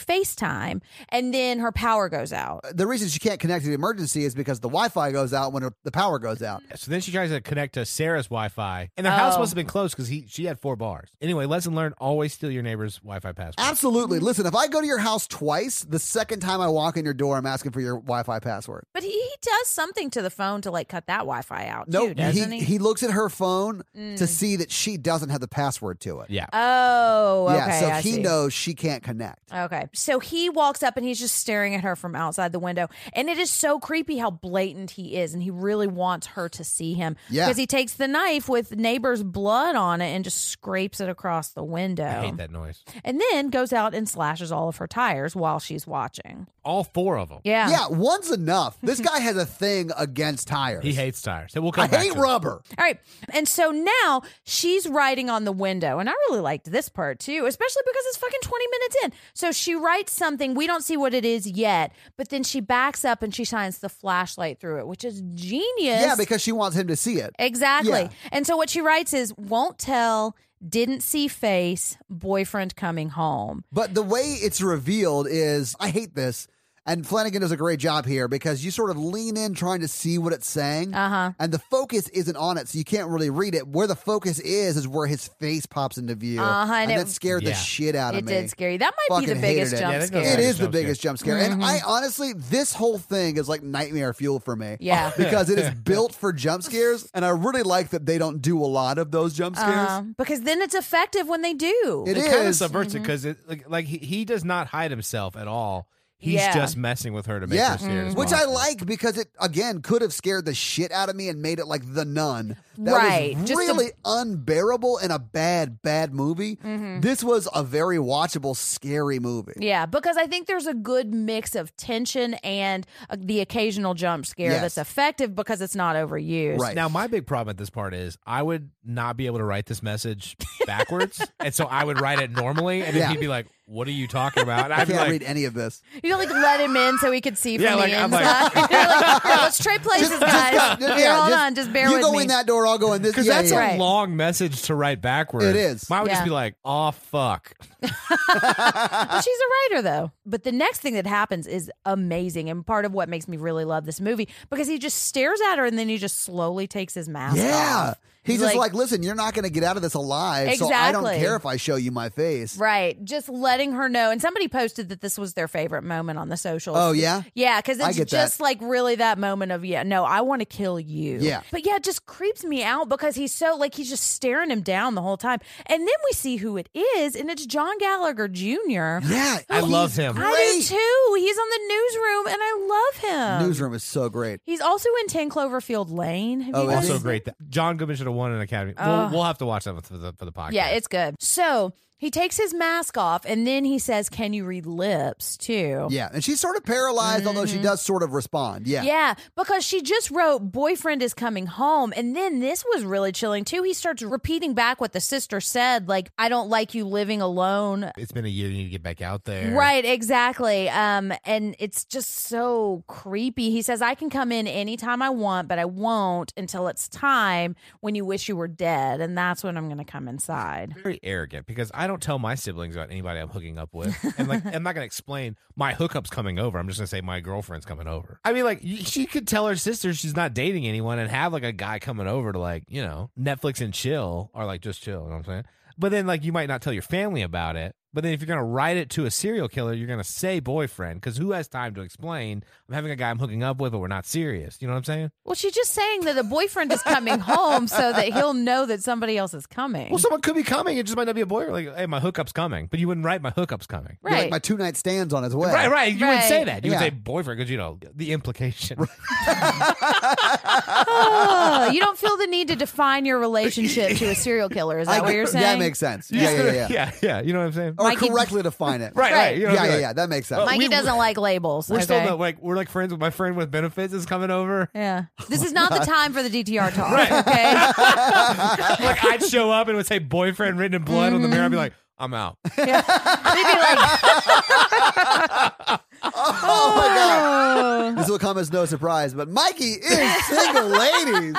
FaceTime. And then her power goes out. The reason she can't connect to the emergency is because the Wi Fi goes out when her, the power goes out. So then she tries to connect to Sarah's Wi-Fi, and their house Oh. must have been closed because he she had four bars. Anyway, lesson learned: always steal your neighbor's Wi-Fi password. Absolutely. Listen, if I go to your house twice, the second time I walk in your door, I'm asking for your Wi Fi password. But he, he does something to the phone to like cut that Wi Fi out, No, too, doesn't he? Mm. he, he looks at her phone to see that she doesn't have the password to it. yeah, Oh, okay. yeah, so I he see. knows she can't connect. Okay. So he walks up and he's just staring at her from outside the window. And it is so creepy how blatant he is. And he really wants her to see him. Yeah. Because he takes the knife with neighbor's blood on it and just scrapes it across the window. I hate that noise. And then goes out and slashes all of her tires while she's watching. All four of them. Yeah. Yeah, one's enough. This guy has a thing against tires. he hates tires. So we'll come I back hate to it. rubber. All right. And so now she's writing on the window. And I really liked this part too, especially because it's fucking 20 minutes in. So she writes something. We don't see what it is yet, but then she backs up and she shines the flashlight through it, which is genius. Yeah, because she wants him to see it. Exactly. Yeah. And so what she writes is won't tell, didn't see face, boyfriend coming home. But the way it's revealed is, I hate this. And Flanagan does a great job here because you sort of lean in trying to see what it's saying. Uh-huh. And the focus isn't on it, so you can't really read it. Where the focus is, is where his face pops into view. Uh-huh, and and it- that scared the Yeah. shit out of it me. did scare you. That might be Fucking the biggest hated it. jump Yeah, that goes scare. Mm-hmm. It is the jump scare. biggest jump scare. And I honestly, this whole thing is like nightmare fuel for me. Yeah. Because it is built for jump scares. And I really like that they don't do a lot of those jump scares. Uh, because then it's effective when they do. It It kind of is. Mm-hmm. subverts it because it like, like he, he does not hide himself at all. He's Yeah. just messing with her to make yeah. Mm. Mm-hmm. her serious. Which I like because it, again, could have scared the shit out of me and made it like The Nun. That Right. was Just a- really unbearable and a bad, bad movie. This was a very watchable, scary movie. Mm-hmm. Yeah, because I think there's a good mix of tension and uh, the occasional jump scare Yes. that's effective because it's not overused. Right. Now my big problem at this part is I would not be able to write this message backwards, and so I would write it normally, and then Yeah. he'd be like, "What are you talking about?" And I'd I be can't like, read any of this. You know, like let him in so he could see Yeah, from like, the I'm inside. like- You're like, "Here, let's trade places, guys. yeah, Here, hold just- on, just bear you with go me. in that door, I'll go in this. Because yeah, that's yeah. a Right. long message to write backwards. It is. Mine would Yeah. just be like, "Oh fuck." But she's a writer, though. But the next thing that happens is amazing, and part of what makes me really love this movie because he just stares at her and then he just slowly takes his mask Yeah. off. He's just like, listen, you're not going to get out of this alive, so I don't Exactly. care if I show you my face. right, just letting her know. And somebody posted that this was their favorite moment on the socials. Oh, yeah? yeah, because I it's get that. just like really that moment of yeah, no, I want to kill you. Yeah. but yeah, it just creeps me out because he's so like he's just staring him down the whole time, and then we see who it is, and it's John Gallagher Jr. Yeah. Oh, I he's love him. Great. I do too. He's on the newsroom, and I love him. Newsroom is so great. He's also in Ten Cloverfield Lane. Have Oh, you is guys he? also great. That John Goodman should have won an Academy. we'll, we'll have to watch that one for the for the podcast. Yeah, it's good. So he takes his mask off, and then he says, "Can you read lips too?" Yeah. And she's sort of paralyzed, although she does sort of respond. Yeah. Mm-hmm. Yeah, because she just wrote boyfriend is coming home and then this was really chilling too. He starts repeating back what the sister said like I don't like you living alone. it's been a year. You need to get back out there. Right, exactly. Um and it's just so creepy. He says I can come in anytime I want, but I won't until it's time when you wish you were dead and that's when I'm going to come inside. Very arrogant because I don't tell my siblings about anybody I'm hooking up with, and like I'm not gonna explain my hookup's coming over. I'm just gonna say my girlfriend's coming over. I mean, like y- she could tell her sister she's not dating anyone and have like a guy coming over to like you know Netflix and chill or like just chill. You know what I'm saying? But then like you might not tell your family about it. But then if you're gonna write it to a serial killer, you're gonna say boyfriend because who has time to explain? I'm having a guy I'm hooking up with, but we're not serious. You know what I'm saying? Well, she's just saying that a boyfriend is coming home so that he'll know that somebody else is coming. Well, someone could be coming. It just might not be a boyfriend. Like, hey, my hookup's coming, but you wouldn't write my hookup's coming. You're like, right. my two night stands on his way. Right, right. You wouldn't say Right. that. You Yeah. would say boyfriend because you know the implication. Oh, you don't feel the need to define your relationship to a serial killer. Is that I what get- you're saying? That makes sense. Yeah, yeah, Oh, yeah. yeah. yeah, yeah. You know what I'm saying? Or Mikey- correctly define it. Right, right. Right. You know what Yeah, I'm yeah, saying? yeah. That makes sense. Well, Mikey we- doesn't like labels. We're okay? still not, like we're like friends with my friend with benefits is coming over. yeah. This is not the time for the DTR talk. Right. Okay. like I'd show up and it would say boyfriend written in blood on the mirror. I'd Mm-hmm. be like, I'm out. Yeah. They'd be like, Oh my god. This will come as no surprise, but Mikey is single, ladies.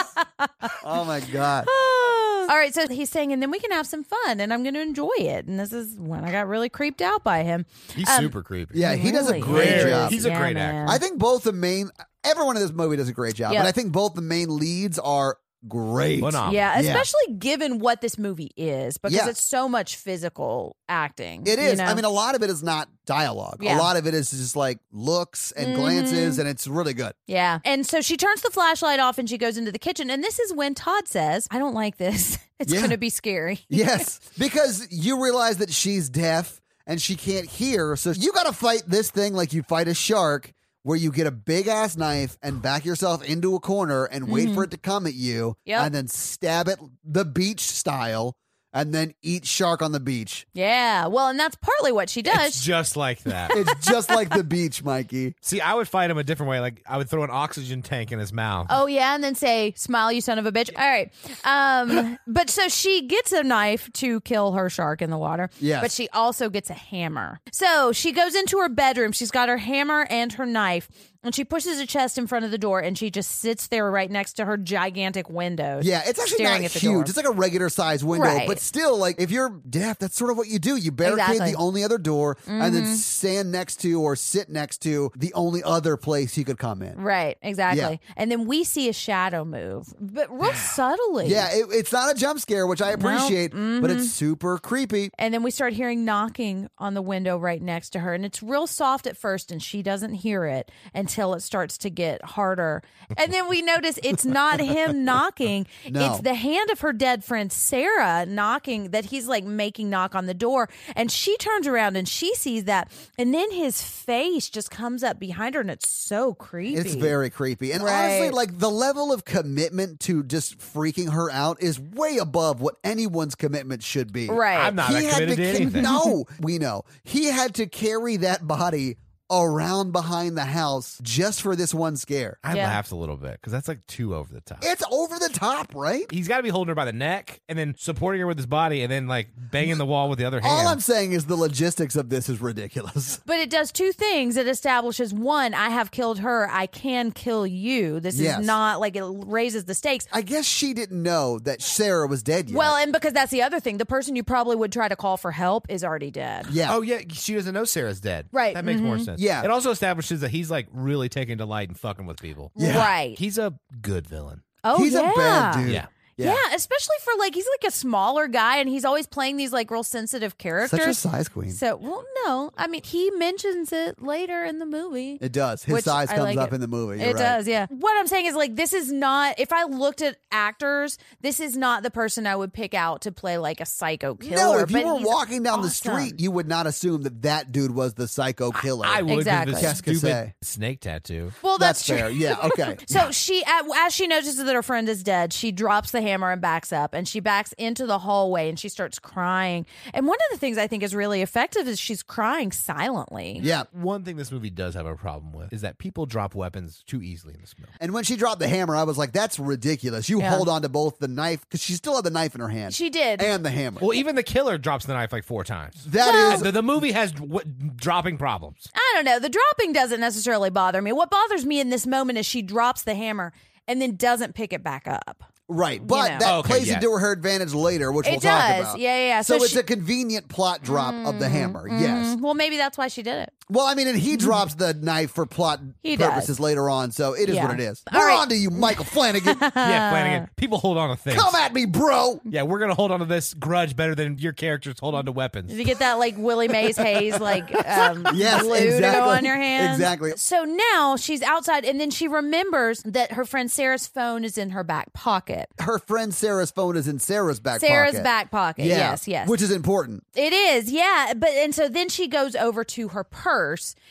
Oh my god. all right. So he's saying, and then we can have some fun, and I'm going to enjoy it. And this is when I got really creeped out by him. He's super creepy. Um, Yeah, he does a Really? great Very. job. He's a Yeah, great man. I think both the main everyone in this movie does a great job, Yeah. but I think both the main leads are great. Phenomenal. Yeah, Yeah. especially given what this movie is, because Yeah. it's so much physical acting. It you is. know? I mean, a lot of it is not dialogue. Yeah. Mm-hmm. A lot of it is just like looks and glances, and it's really good. yeah. And so she turns the flashlight off and she goes into the kitchen. And this is when Todd says, I don't like this. It's Yeah. going to be scary. Yes, because you realize that she's deaf and she can't hear, so you got to fight this thing like you fight a shark, where you get a big ass knife and back yourself into a corner and wait for it to come at you, Yep. and then stab it the beach style, and then eat shark on the beach. Yeah. Well, and that's partly what she does. It's just like that. It's just like the beach, Mikey. See, I would fight him a different way. Like I would throw an oxygen tank in his mouth. Oh yeah, and then say, "Smile, you son of a bitch." All right, um, but so she gets a knife to kill her shark in the water. Yes. but she also gets a hammer. So she goes into her bedroom. She's got her hammer and her knife, and she pushes a chest in front of the door, and she just sits there right next to her gigantic window. Yeah, it's actually staring not at the huge. door. It's like a regular size window, Right. but still, like if you're deaf, that's sort of what you do. You barricade Exactly. Mm-hmm. the only other door, and then stand next to or sit next to the only other place you could come in. Right, exactly. And then we see a shadow move, but real subtly. Yeah, it, it's not a jump scare, which I appreciate, but Mm-hmm. it's super creepy. And then we start hearing knocking on the window right next to her. And it's real soft at first, and she doesn't hear it until it starts to get harder. And then we notice it's not him knocking, No. it's the hand of her dead friend, Sarah, knocking that he's like making knock on the door. And she turns around and she sees that. And then his face just comes up behind her, and it's so creepy. It's very creepy. And honestly, Right. like the level of commitment to just freaking her out is way above what anyone's commitment should be. Right. I'm not that committed to ca- anything. No, we know. He had to carry that body around behind the house just for this one scare. I Yeah. laughed a little bit because that's like too over the top. It's over the top, right? He's got to be holding her by the neck and then supporting her with his body and then like banging the wall with the other hand. All I'm saying is the logistics of this is ridiculous. But it does two things. It establishes one, I have killed her. I can kill you. This Yes. is not like it raises the stakes. I guess she didn't know that Sarah was dead yet. Well, and because that's the other thing, the person you probably would try to call for help is already dead. yeah. Oh yeah, she doesn't know Sarah's dead. Right, Mm-hmm. That makes more sense. Yeah. It also establishes that he's like really taking delight in fucking with people. Yeah. Right. He's a good villain. oh, He's yeah. a bad dude. Yeah. Yeah. especially for like he's like a smaller guy and he's always playing these like real sensitive characters. Such a size queen. so, well, no, I mean he mentions it later in the movie. It does. His Which size I comes like up it. in the movie. You're It right. does, yeah. What I'm saying is, like, this is not, if I looked at actors, this is not the person I would pick out to play, like, a psycho killer. No, if you but were he's walking down the awesome. street, you would not assume that that dude was the psycho killer. I would Exactly. with Qu'est-ce this que stupid c'est? snake tattoo. Well, that's, true. fair. Yeah. Okay. So she, at- as she notices that her friend is dead, she drops the hammer and backs up, and she backs into the hallway and she starts crying. And one of the things I think is really effective is she's crying silently. yeah. One thing this movie does have a problem with is that people drop weapons too easily in this movie. And when she dropped the hammer, I was like, "That's ridiculous." You Yeah. hold on to both the knife because she still had the knife in her hand She did. and the hammer. Well, even the killer drops the knife like four times. That is The, the movie has w- dropping problems. I don't know. The dropping doesn't necessarily bother me. What bothers me in this moment is she drops the hammer and then doesn't pick it back up. Right, but know. that Okay, plays yeah. into her advantage later, which we'll it does. talk about. Yeah, yeah, yeah. So, So, it's she- a convenient plot drop of the hammer. Yes. Mm, well, maybe that's why she did it. Well, I mean, and he drops the knife for plot Mm-hmm. He does. purposes later on, so it is Yeah. what it is. All We're right. on to you, Michael Flanagan. Uh, yeah, Flanagan. People hold on to things. Come at me, bro. Yeah, we're gonna hold on to this grudge better than your characters hold on to weapons. Did you get that like Willie Mays Hayes like um, Yes, glue to exactly. go on your hands? Exactly. So now she's outside, and then she remembers that her friend Sarah's phone is in her back pocket. Her friend Sarah's phone is in Sarah's back Sarah's pocket. back pocket. Yeah, Yes, yes. Which is important. It is, yeah. But and so then she goes over to her purse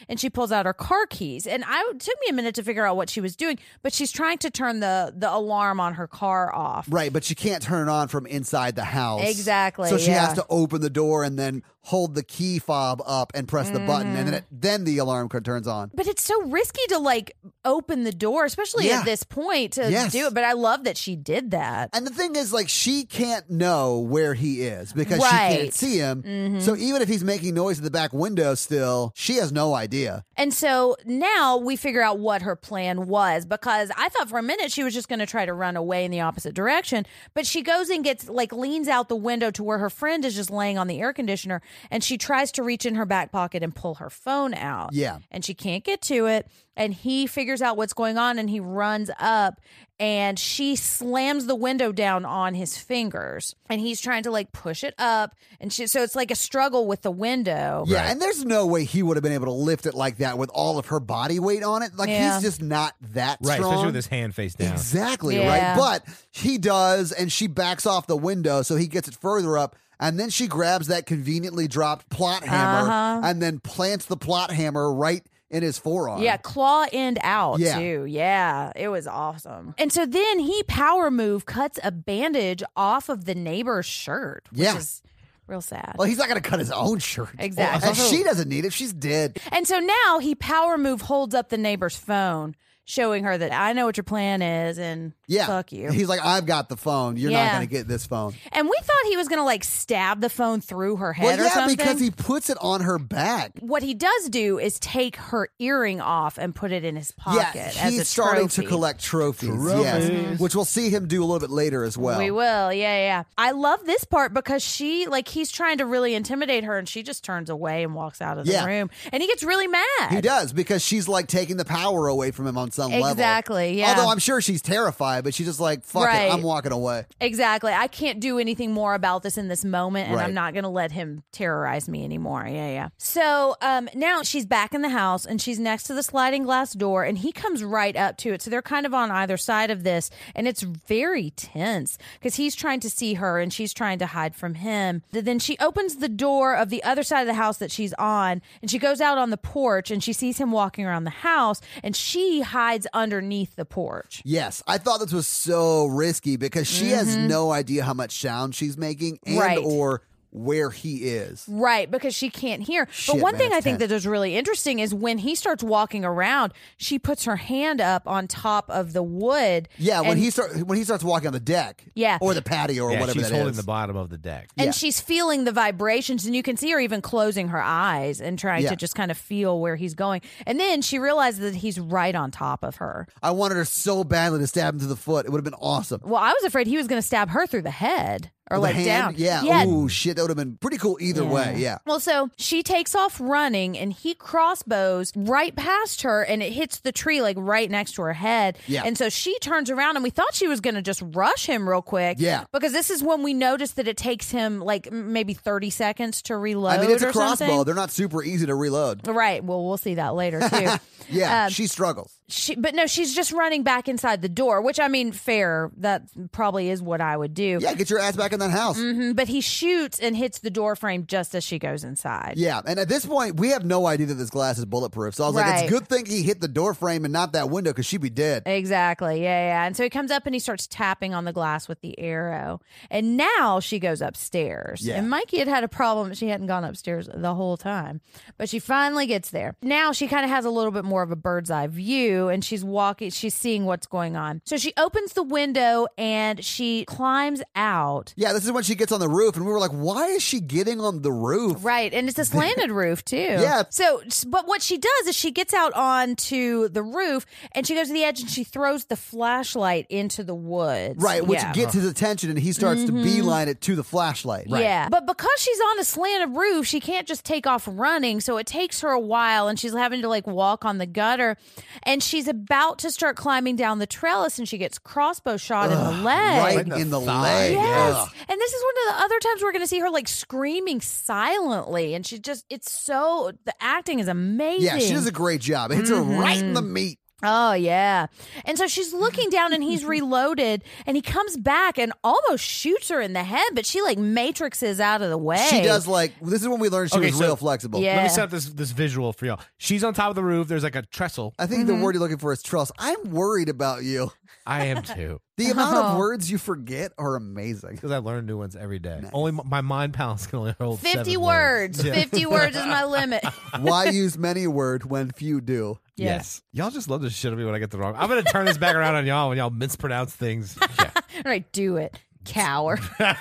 and she pulls out her car keys. And I it took me a minute to figure out what she was doing, but she's trying to turn the the alarm on her car off. Right, but she can't turn it on from inside the house. Exactly, So she yeah. has to open the door and then hold the key fob up and press the button, Mm-hmm. and then it, then the alarm co- turns on. But it's so risky to like open the door, especially Yeah. at this point to Yes. do it. But I love that she did that. And the thing is, like, she can't know where he is because she Right. Mm-hmm. can't see him. So even if he's making noise at the back window still, she has no idea. And so now we figure out what her plan was because I thought for a minute she was just going to try to run away in the opposite direction. But she goes and gets, like, leans out the window to where her friend is just laying on the air conditioner and she tries to reach in her back pocket and pull her phone out. Yeah. And she can't get to it. And he figures out what's going on and he runs up and she slams the window down on his fingers and he's trying to, like, push it up. And she, so it's like a struggle with the window. Yeah, and there's no way he would have been able to lift it like that with all of her body weight on it. Like Yeah. he's just not that Right, strong. especially with his hand face down. Exactly, Yeah. right? But he does, and she backs off the window, so he gets it further up, and then she grabs that conveniently dropped plot hammer Uh-huh. and then plants the plot hammer right in his forearm. Yeah, claw end out Yeah. too. Yeah, it was awesome. And so then he power move cuts a bandage off of the neighbor's shirt, which Yeah. is real sad. Well, he's not going to cut his own shirt. Exactly. And she doesn't need it. She's dead. and so now he power move holds up the neighbor's phone, showing her that I know what your plan is and Yeah. fuck you. He's like, I've got the phone. You're Yeah. not going to get this phone. and we thought he was gonna like stab the phone through her head Well, or yeah, something. because he puts it on her back. what he does do is take her earring off and put it in his pocket. yeah, as he's a starting trophy. to collect trophies, yes, which we'll see him do a little bit later as well. We will. Yeah, yeah. I love this part because she, like, he's trying to really intimidate her and she just turns away and walks out of the Yeah. room. And he gets really mad. He does because she's like taking the power away from him on some level. Exactly, yeah. Although I'm sure she's terrified, but she's just like, "Fuck Right. it, I'm walking away." Exactly. I can't do anything more about this in this moment and Right. I'm not going to let him terrorize me anymore. Yeah, yeah. So um, now she's back in the house and she's next to the sliding glass door and he comes right up to it. So they're kind of on either side of this and it's very tense because he's trying to see her and she's trying to hide from him. Th- Then she opens the door of the other side of the house that she's on and she goes out on the porch and she sees him walking around the house and she hides underneath the porch. Yes, I thought this was so risky because she has no idea how much sound she's making and Mm-hmm. Right. or where he is. Right, because she can't hear. Shit, but one man, thing it's I think tense. that is really interesting is when he starts walking around, she puts her hand up on top of the wood. Yeah, when and, he start when he starts walking on the deck, Yeah. or the patio or Yeah, whatever she's that holding is. the bottom of the deck. and yeah. she's feeling the vibrations, and you can see her even closing her eyes and trying Yeah. to just kind of feel where he's going. And then she realizes that he's right on top of her. I wanted her so badly to stab him to the foot; it would have been awesome. Well, I was afraid he was going to stab her through the head or The like hand, down. yeah. Ooh, shit, that would have been pretty cool either way. Yeah. Well, so she takes off running and he crossbows right past her and it hits the tree like right next to her head. Yeah. And so she turns around and we thought she was going to just rush him real quick. Yeah. Because this is when we notice that it takes him like m- maybe 30 seconds to reload. I mean, it's a or crossbow; something. they're not super easy to reload. Right. Um, Well, we'll see that later too. Yeah, she struggles. she, but no, she's just running back inside the door, which I mean, fair. That probably is what I would do. Yeah, get your ass back in that house. Mm, But he shoots and hits the door frame just as she goes inside. Yeah, and at this point, we have no idea that this glass is bulletproof. So I was like, Right. Eh. it's a good thing he hit the door frame and not that window because she'd be dead. Exactly. Yeah, yeah. And so he comes up and he starts tapping on the glass with the arrow. And now she goes upstairs. Yeah. And Mikey had had a problem. that She hadn't gone upstairs the whole time, but she finally gets there. Now she kind of has a little bit more of a bird's eye view two and she's walking, she's seeing what's going on. So she opens the window and she climbs out. Yeah, this is when she gets on the roof, and we were like, why is she getting on the roof? Right. And it's a slanted roof, too. Yeah. So, but what she does is she gets out onto the roof and she goes to the edge and she throws the flashlight into the woods. Right, which Yeah. Mm-hmm. gets his attention, and he starts to beeline it to the flashlight. Yeah. But because she's on a slanted roof, she can't just take off running. So it takes her a while and she's having to like walk on the gutter. And she's about to start climbing down the trellis and she gets crossbow shot in the leg. Right in the, thigh. leg. Yes. Ugh. And this is one of the other times we're going to see her like screaming silently. And she just, it's so, the acting is amazing. Mm-hmm. Yeah, she does a great job. It hits her right in the meat. Oh yeah. And so she's looking down and he's reloaded and he comes back and almost shoots her in the head, but she like matrixes out of the way. She does like this is when we learned she Okay, was so- real flexible. Yeah. Let me set up this this visual for y'all. She's on top of the roof. There's like a trestle. I think Mm-hmm. the word you're looking for is trust. I'm worried about you. I am too The amount of Oh. words you forget are amazing. because I learn new ones every day. Only m- my mind palace can only hold 50 seven words. Yeah. 50 words is my limit. Why use many words when few do? Yes. Y'all just love to shit on me when I get the wrong. I'm gonna turn this back around on y'all when y'all mispronounce things. Yeah. All right, do it. Coward. but like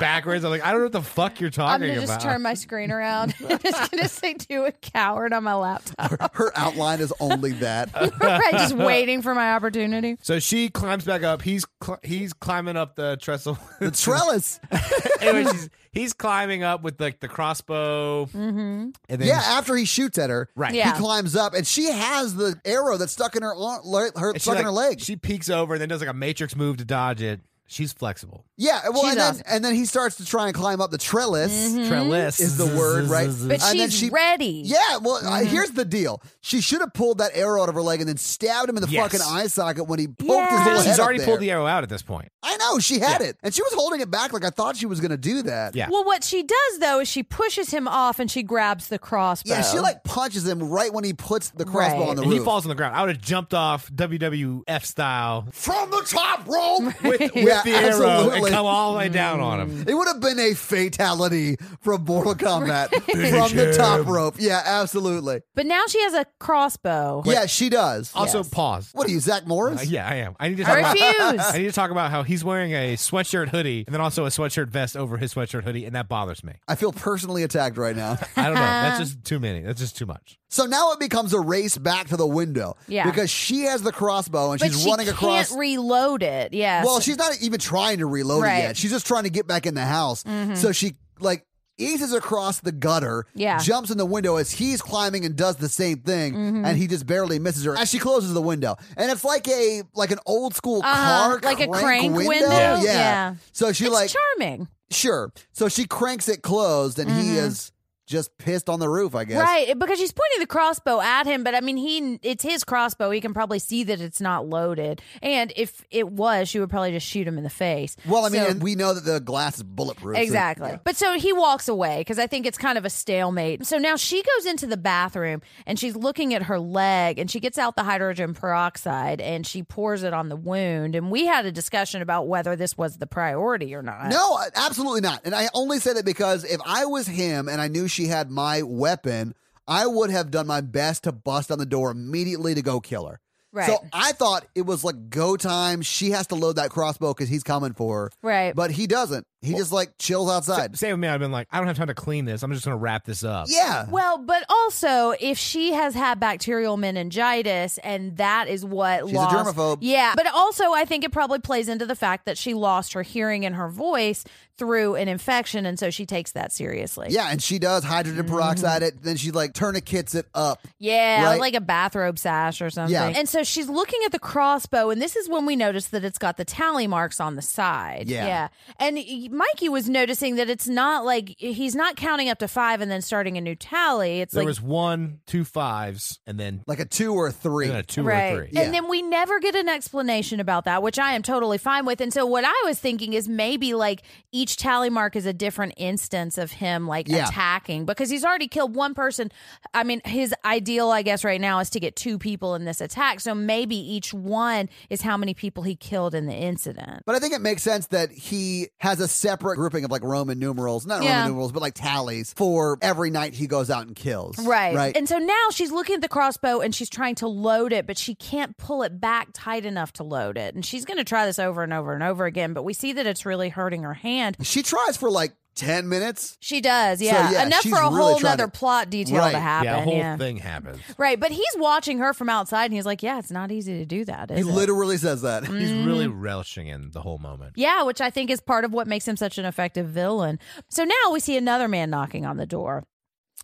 backwards, I'm like, I don't know what the fuck you're I'm talking going to about. just turn my screen around. I'm just going to say do it coward on my laptop. Her outline is only that. right, just waiting for my opportunity. so she climbs back up. He's cl- he's climbing up the trestle. The trellis. anyway, she's, he's climbing up with like the crossbow. Mm-hmm. And then Yeah, after he shoots at her, Right. Yeah. he climbs up and she has the arrow that's stuck in her ar- le- her And she, stuck like, in her leg. She peeks over and then does like a matrix move to dodge it. She's flexible. yeah, well, She's and then, awesome. and then he starts to try and climb up the trellis. Trellis Is the word, right? Mm-hmm. But Mm-hmm. And then she's she- ready. Mm-hmm. Yeah, well, uh, here's the deal. She should have pulled that arrow out of her leg and then stabbed him in the Yes. fucking eye socket when he poked Yeah. his little head She's up already there. pulled the arrow out at this point. I know she had it, and she was holding it back like I thought she was going to do that. Yeah. Well, what she does though is she pushes him off and she grabs the crossbow. yeah. She like punches him right when he puts the crossbow Right. on the And roof. he falls on the ground. I would have jumped off WWF style from the top rope. with, with Yeah, the arrow absolutely. Mm. and come all the way down on him. It would have been a fatality from Mortal Kombat from the top rope. Yeah, absolutely. But now she has a crossbow. yeah, she does. Also, pause. What are you, Zach Morris? Uh, yeah, I am. I need to talk I about. refuse. I need to talk about how he's wearing a sweatshirt hoodie and then also a sweatshirt vest over his sweatshirt hoodie, and that bothers me. I feel personally attacked right now. I don't know. That's just too many. That's just too much. So now it becomes a race back to the window. Yeah. Because she has the crossbow and but she's she running can't across. reload it. Yeah. well, she's not even trying to reload it Right. Mm-hmm. yet. She's just trying to get back in the house. So she like eases across the gutter, Yeah. jumps in the window as he's climbing and does the same thing, Mm-hmm. and he just barely misses her as she closes the window. And it's like a like an old school Uh-huh, car, like a crank window. window? Yeah. Yeah. So she it's like charming. sure. So she cranks it closed, and he is just pissed on the roof. I guess. Mm-hmm. Right, because she's pointing the crossbow at him, but I mean, he it's his crossbow. He can probably see that it's not loaded. And if it was, she would probably just shoot him in the face. Well, I mean, So- and we know that the glass is bulletproof. so- Exactly. But so he walks away because I think it's kind of a stalemate. So now she goes into the bathroom and she's looking at her leg and she gets out the hydrogen peroxide and she pours it on the wound. And we had a discussion about whether this was the priority or not. No, uh, absolutely not. And I only say that because if I was him and I knew she had my weapon, I would have done my best to bust on the door immediately to go kill her. Right. So I thought it was like go time. She has to load that crossbow because he's coming for her. Right. But he doesn't. He just like chills outside. Same with me. I've been like, I don't have time to clean this. I'm just going to wrap this up. yeah. Well, but also if she has had bacterial meningitis and that is what She's a lost germaphobe. Yeah, but also I think it probably plays into the fact that she lost her hearing and her voice through an infection and so she takes that seriously. yeah, and she does hydrogen Mm. peroxide it. Then she like tourniquets it up. Yeah, Right? like a bathrobe sash or something. Yeah. And so she's looking at the crossbow, and this is when we notice that it's got the tally marks on the side. Yeah. And y- Mikey was noticing that it's not like he's not counting up to five and then starting a new tally. It's There like. was one, two fives, and then Like a two or a three. and then a two Right. or three. Yeah. And then we never get an explanation about that, which I am totally fine with. And so what I was thinking is maybe like each tally mark is a different instance of him like Yeah. attacking because he's already killed one person. I mean, his ideal, I guess, right now is to get two people in this attack. So maybe each one is how many people he killed in the incident. But I think it makes sense that he has a separate grouping of like Roman numerals, not Yeah. Roman numerals, but like tallies for every night he goes out and kills. Right. Right. And so now she's looking at the crossbow and she's trying to load it, but she can't pull it back tight enough to load it. And she's going to try this over and over and over again, but we see that it's really hurting her hand. she tries for like 10 minutes. She does, yeah. yeah, Enough she's for a really whole trying nother to- plot detail Right. to Yeah, happen. yeah, Yeah, a whole thing happens. Right. But he's watching her from outside and he's like, yeah, it's not easy to do that. He is it?" literally says that. Mm-hmm. He's really Mm. relishing in the whole moment. Yeah, which I think is part of what makes him such an effective villain. So now we see another man knocking on the door.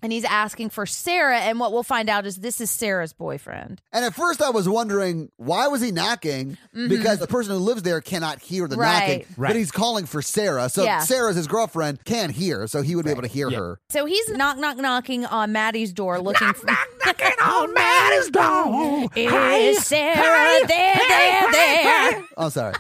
And he's asking for Sarah, and what we'll find out is this is Sarah's boyfriend. And at first I was wondering why was he knocking? Because the person who lives there cannot hear the Mm-hmm. Right. knocking. Right. But he's calling for Sarah. So Yeah. Sarah's his girlfriend can hear, so he would be able to hear Yeah. her. So he's knock knock knocking on Maddie's door looking for Knocking on Maddie's door. Is Sarah there, there, there? Oh, sorry.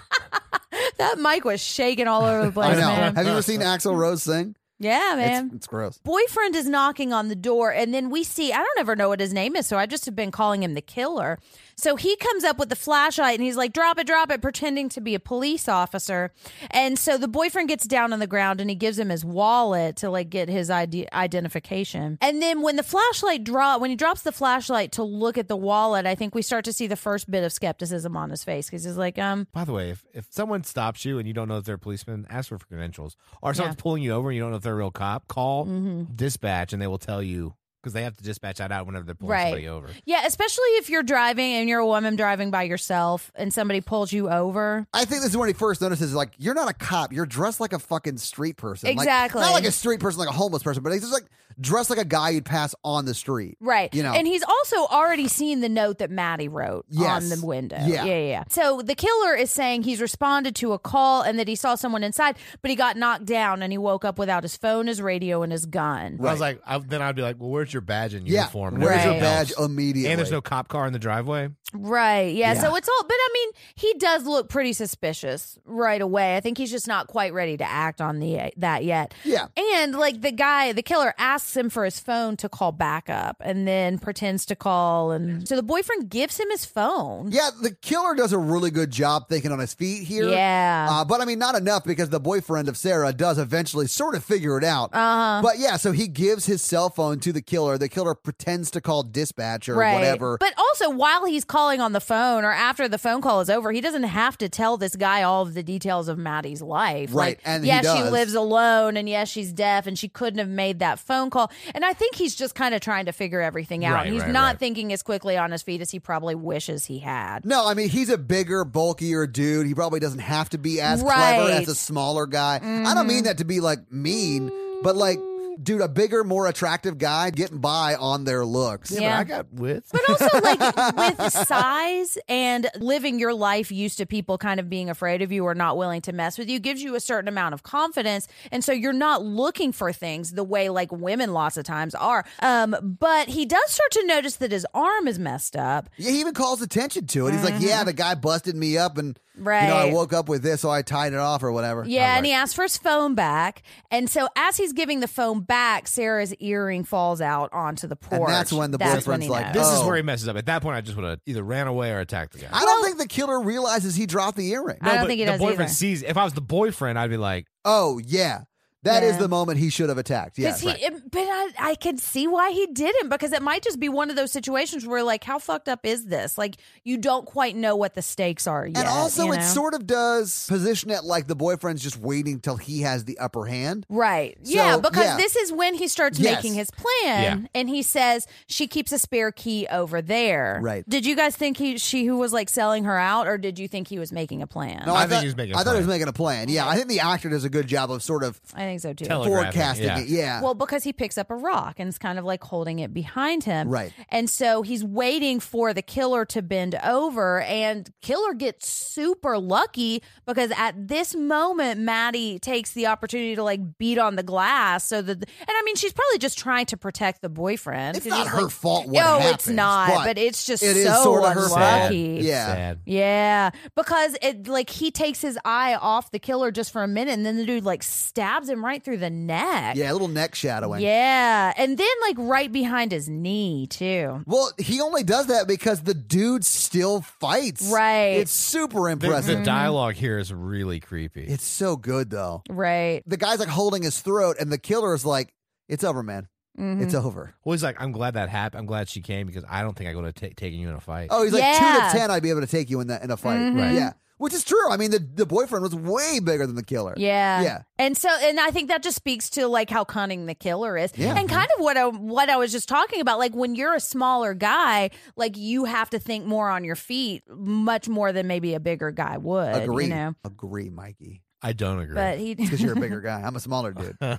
That mic was shaking all over the I place, know. man. Have you ever seen Axl Rose sing? Yeah, man. It's, it's gross. boyfriend is knocking on the door and then we see i don't ever know what his name is so i just have been calling him the killer so he comes up with the flashlight and he's like drop it drop it pretending to be a police officer and so the boyfriend gets down on the ground and he gives him his wallet to like get his ID- identification and then when the flashlight drop when he drops the flashlight to look at the wallet i think we start to see the first bit of skepticism on his face because he's like um By the way, if, if someone stops you and you don't know if they're a policeman, ask for credentials. Or if someone's pulling you over and you don't know if they're a real cop, call Mm-hmm. dispatch and they will tell you because they have to dispatch that out whenever they're pulling Right. somebody over. yeah especially if you're driving and you're a woman driving by yourself and somebody pulls you over I think this is when he first notices, like, you're not a cop. You're dressed like a fucking street person. Like, Exactly. not like a street person, like a homeless person, but he's just like dressed like a guy you'd pass on the street. Right. You know. And he's also already seen the note that Maddie wrote Yes. on the window. Yeah. yeah, yeah. So the killer is saying he's responded to a call and that he saw someone inside, but he got knocked down and he woke up without his phone, his radio, and his gun. I was like, I, then I'd be like, well, where's your badge and yeah. uniform? Where's your Right. everything else? badge immediately? And there's no cop car in the driveway. Right. Yeah, So Yeah. it's all, but I mean, he does look pretty suspicious right away. I think he's just not quite ready to act on the that yet. Yeah. And like the guy, the killer asks him for his phone to call backup and then pretends to call. And so the boyfriend gives him his phone. Yeah, the killer does a really good job thinking on his feet here. Yeah. Uh, but I mean, not enough because the boyfriend of Sarah does eventually sort of figure it out. Uh-huh. But yeah, so he gives his cell phone to the killer. The killer pretends to call dispatch or whatever. But also, while he's calling on the phone or after the phone call is over, he doesn't have to tell this guy all of the details of Maddie's life. Right, Like, and he yes, she does. lives alone, and yes, she's deaf, and she couldn't have made that phone call. And I think he's just kind of trying to figure everything out. Right, he's right, not right. thinking as quickly on his feet as he probably wishes he had. no, I mean, he's a bigger, bulkier dude. He probably doesn't have to be as clever Right. Mm-hmm. as a smaller guy. I don't mean that to be like mean, but like, dude, a bigger, more attractive guy getting by on their looks. Yeah, Yeah. but I got wits. But also, like with size and living your life used to people kind of being afraid of you or not willing to mess with you, gives you a certain amount of confidence. And so you're not looking for things the way like women lots of times are. Um, but he does start to notice that his arm is messed up. Yeah, he even calls attention to it. He's like, "Yeah, the guy busted me up, and you know, I Mm-hmm. Right. woke up with this, so I tied it off or whatever." Yeah, and he asks for his phone back. And so as he's giving the phone back, Sarah's earring falls out onto the porch. And that's when the when he boyfriend's like, knows. this is Oh. where he messes up. At that point, I just would have either ran away or attacked the guy. I don't think the killer realizes he dropped the earring. I don't but think he the does boyfriend either. sees. If I was the boyfriend, I'd be like, Oh yeah, that is Yeah. the moment he should have attacked. Yeah, Because he, it- but I, I can see why he didn't. Because it might just be one of those situations where, like, how fucked up is this? Like, you don't quite know what the stakes are yet. and also you it know? sort of does position it like the boyfriend's just waiting till he has the upper hand. right, yeah. So, Because yeah. this is when he starts Yes. making his plan, Yeah. and he says she keeps a spare key over there. Right. Did you guys think he, she, who was like selling her out, or did you think he was making a plan? No, I I, think thought, he was making a I thought he was plan. making a plan. Yeah, I think the actor does a good job of sort of I think so too. Telegraphing, forecasting yeah. it. Yeah. Well, because he picks up a rock and it's kind of like holding it behind him. Right. And so he's waiting for the killer to bend over. And killer gets super lucky because at this moment, Maddie takes the opportunity to like beat on the glass so that, and I mean, she's probably just trying to protect the boyfriend. it's 'Cause not he's her like, fault. What No, happened, it's not. But, it's just it so is sorta her fault. unlucky. Yeah. sad. Yeah, because it like he takes his eye off the killer just for a minute, and then the dude like stabs him him right through the neck. Yeah, a little neck shadowing. Yeah. And then like right behind his knee too. Well, he only does that because the dude still fights. Right. It's super The, the Mm-hmm. impressive. dialogue here is really creepy. It's so good though. Right. The guy's like holding his throat, and the killer is like, "It's over, man. Mm-hmm. It's over." Well, he's like, I'm glad that happened. I'm glad she came because I don't think I would have ta taken you in a fight. Oh, he's like Yeah. Mm-hmm. two to ten. I'd be able to take you in that in a fight. Right. Yeah, which is true. I mean, the the boyfriend was way bigger than the killer. Yeah. Yeah. And so and I think that just speaks to like how cunning the killer is. Yeah. And kind of what I what I was just talking about like when you're a smaller guy, like you have to think more on your feet much more than maybe a bigger guy would, Agree. you know. Agree, Mikey. I don't agree. But he Because you're a bigger guy. I'm a smaller dude. Yeah.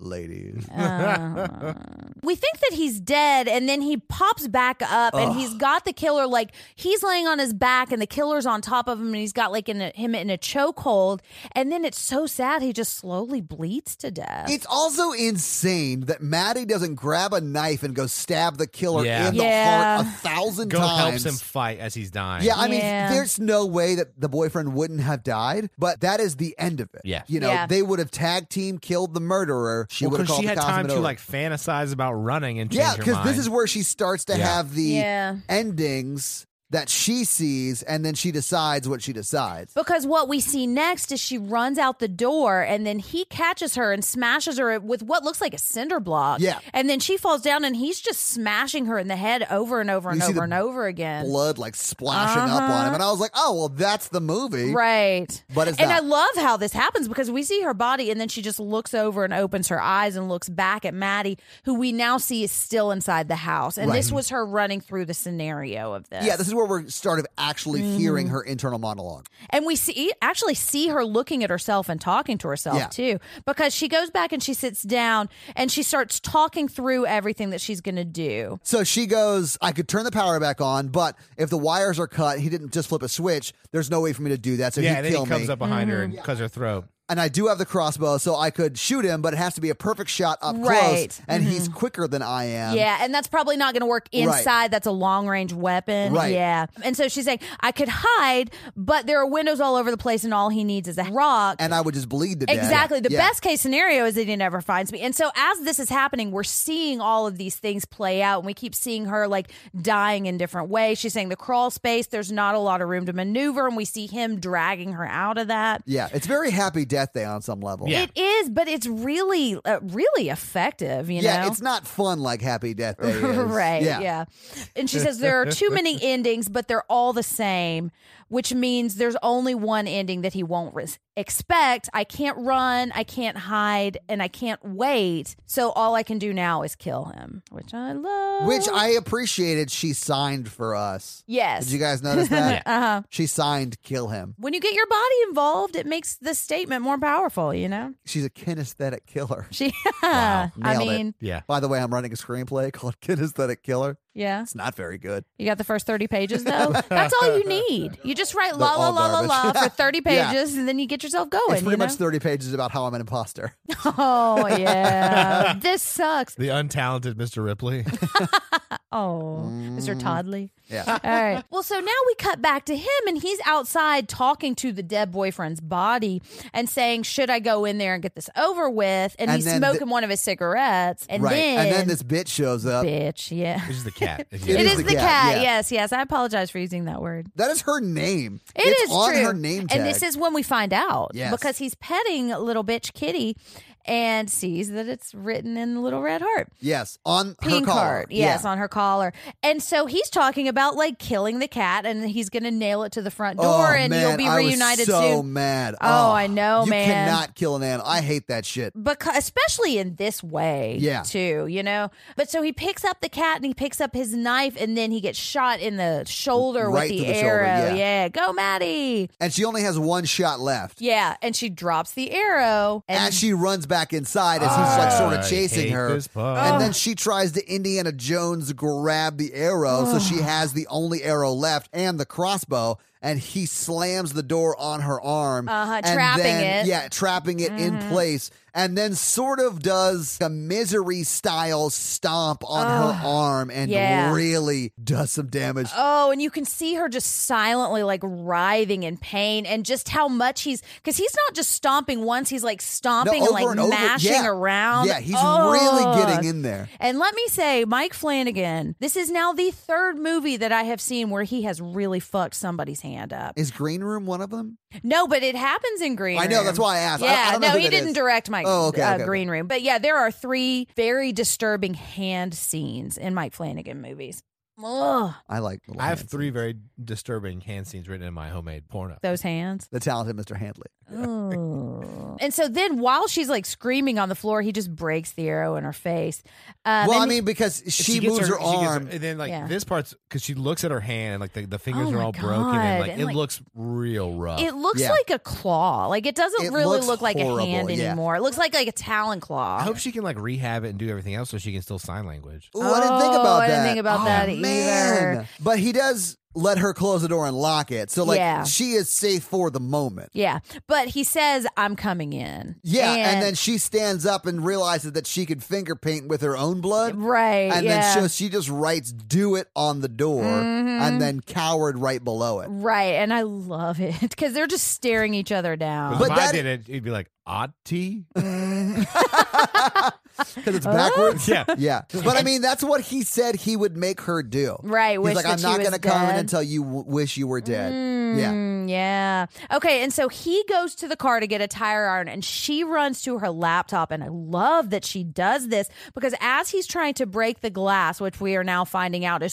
Ladies. Uh, we think that he's dead, and then he pops back up, and he's got the killer like he's laying on his back, and the killer's on top of him, and he's got like in a, him in a chokehold, and then it's so sad he just slowly bleeds to death. It's also insane that Maddie doesn't grab a knife and go stab the killer Yeah. in the Yeah. heart a thousand Go times. helps him fight as he's dying. yeah, I mean, Yeah. there's no way that the boyfriend wouldn't have died, but that is the end of it. Yeah. you know, Yeah. they would have tag team killed the murderer. She would have because called she the had cops and time it to over. like fantasize about running and yeah, change her because mind. this is where she starts to Yeah. have the Yeah. endings that she sees, and then she decides what she decides. because what we see next is she runs out the door, and then he catches her and smashes her with what looks like a cinder block. Yeah. and then she falls down, and he's just smashing her in the head over and over and see the over and over again. Blood like splashing up Uh-huh. on him, and I was like, "Oh, well, that's the movie." Right. But it's and not. I love how this happens because we see her body and then she just looks over and opens her eyes and looks back at Maddie, who we now see is still inside the house. And this was her running through the scenario of this. Yeah, this is where we're sort of actually Mm-hmm. hearing her internal monologue. and we see actually see her looking at herself and talking to herself Yeah. too. Because she goes back and she sits down and she starts talking through everything that she's gonna do. So she goes, I could turn the power back on, but if the wires are cut, he didn't just flip a switch. There's no way for me to do that. So yeah, he'd and then kill he comes me. up behind her Mm-hmm. and cuts her throat. And I do have the crossbow, so I could shoot him, but it has to be a perfect shot up Right. Mm-hmm. close. And he's quicker than I am. Yeah, and that's probably not going to work inside. That's a long range weapon. Right. Yeah. And so she's saying, I could hide, but there are windows all over the place, and all he needs is a rock. And I would just bleed to death. Exactly. The Yeah. best case scenario is that he never finds me. And so as this is happening, we're seeing all of these things play out and we keep seeing her like dying in different ways. She's saying the crawl space, there's not a lot of room to maneuver, and we see him dragging her out of that. Yeah. It's very happy death day on some level. Yeah. It is, but it's really, uh, really effective, you Yeah, know? it's not fun like Happy Death Day. Is. right. Yeah. And she says there are too many endings, but they're all the same, which means there's only one ending that he won't res- expect. I can't run, I can't hide, and I can't wait. So all I can do now is kill him, which I love. Which I appreciated. She signed for us. yes. Did you guys notice that? uh-huh. She signed kill him. When you get your body involved, it makes the statement more powerful, you know? She's a kinesthetic killer. She, Uh, I Nailed it. mean, Yeah. By the way, I'm running a screenplay called Kinesthetic Killer. yeah. It's not very good. You got the first 30 pages, though? That's all you need. You just write la They're la all la la la garbage. for 30 Yeah. pages, and then you get yourself going. it's pretty you know? much 30 pages about how I'm an imposter. Oh yeah, this sucks. The untalented Mr. Ripley. Oh, Mr. Mm. Toddley. Yeah. All right. Well, so now we cut back to him, and he's outside talking to the dead boyfriend's body and saying, "Should I go in there and get this over with?" And, And he's then smoking the- one of his cigarettes, and right. then and then this bitch shows up. bitch, yeah. This is the cat. If you It know. is the cat. yeah. Yes, yes. I apologize for using that word. That is her name. It it's is on true. her name tag. And this is when we find out Yes. because he's petting little bitch kitty and sees that it's written in the little red heart. yes, on her pink collar. card. Yes, on her collar. And so he's talking about like killing the cat and he's going to nail it to the front door Oh, and man, you'll be I was reunited so soon. mad. Oh, I know, you man. You cannot kill an animal. I hate that shit. Because, especially in this way, Yeah. too, you know. But so he picks up the cat and he picks up his knife, and then he gets shot in the shoulder Right with through the the shoulder, arrow. yeah. go Maddie. And she only has one shot left. Yeah, and she drops the arrow. And As she runs back inside, as he's like sort of I chasing hate her, this part. Oh. and then she tries to Oh. Indiana Jones grab the arrow, so she has the only arrow left and the crossbow, and he slams the door on her arm, Uh-huh, and trapping then- it. Mm-hmm. Yeah, trapping it in place, and then sort of does a misery style stomp on her arm and yeah. really does some damage. Oh, and you can see her just silently like writhing in pain and just how much he's because he's not just stomping once, he's like stomping and like mashing yeah. around. Yeah, he's Ugh. really getting in there. And let me say, Mike Flanagan, this is now the third movie that I have seen where he has really fucked somebody's hand up. Is Green Room one of them? No, but it happens in Green I know, that's Room. why I asked. I- Yeah, I don't know no, who he that didn't is. direct Mike Oh, okay, uh, okay, okay. Green Room. But yeah, there are three very disturbing hand scenes in Mike Flanagan movies. Ugh, I like. little I have hands. three very disturbing hand scenes written in my homemade porno. those hands. The talented Mr. Handley. Ugh. and so then while she's like screaming on the floor, he just breaks the arrow in her face. Um, well, I and he- mean, because she, gets moves her, she gets arm. and then like Yeah. this part's because she looks at her hand and like the, the fingers Oh are my all broken and God, like and, it like- looks real rough. it looks Yeah. like a claw. Like it doesn't It really looks look like a horrible, hand yeah. anymore. It looks like like a talon claw. I hope she can like rehab it and do everything else so she can still sign language. Ooh, I didn't think Oh, about that. I didn't think about Oh, that either. man. But he does let her close the door and lock it. So, like, Yeah. she is safe for the moment. yeah, but he says I'm coming in. Yeah. And, then she stands up and realizes that she could finger paint with her own blood. right, And yeah. Mm-hmm. then she, she just writes, do it on the door and then cowered right below it. Right, and I love it because they're just staring each other down. Uh-huh. But if that- I did it, it'd be like odd tea. Because Oh. it's backwards. Yeah. Yeah. But I mean, that's what he said he would make her do. Right, He's wish like, that I'm she not was gonna come in dead." until you w- wish you were dead. Yeah. Mm, yeah. Okay, and so he goes to the car to get a tire iron and she runs to her laptop and I love that she does this because as he's trying to break the glass, which we are now finding out is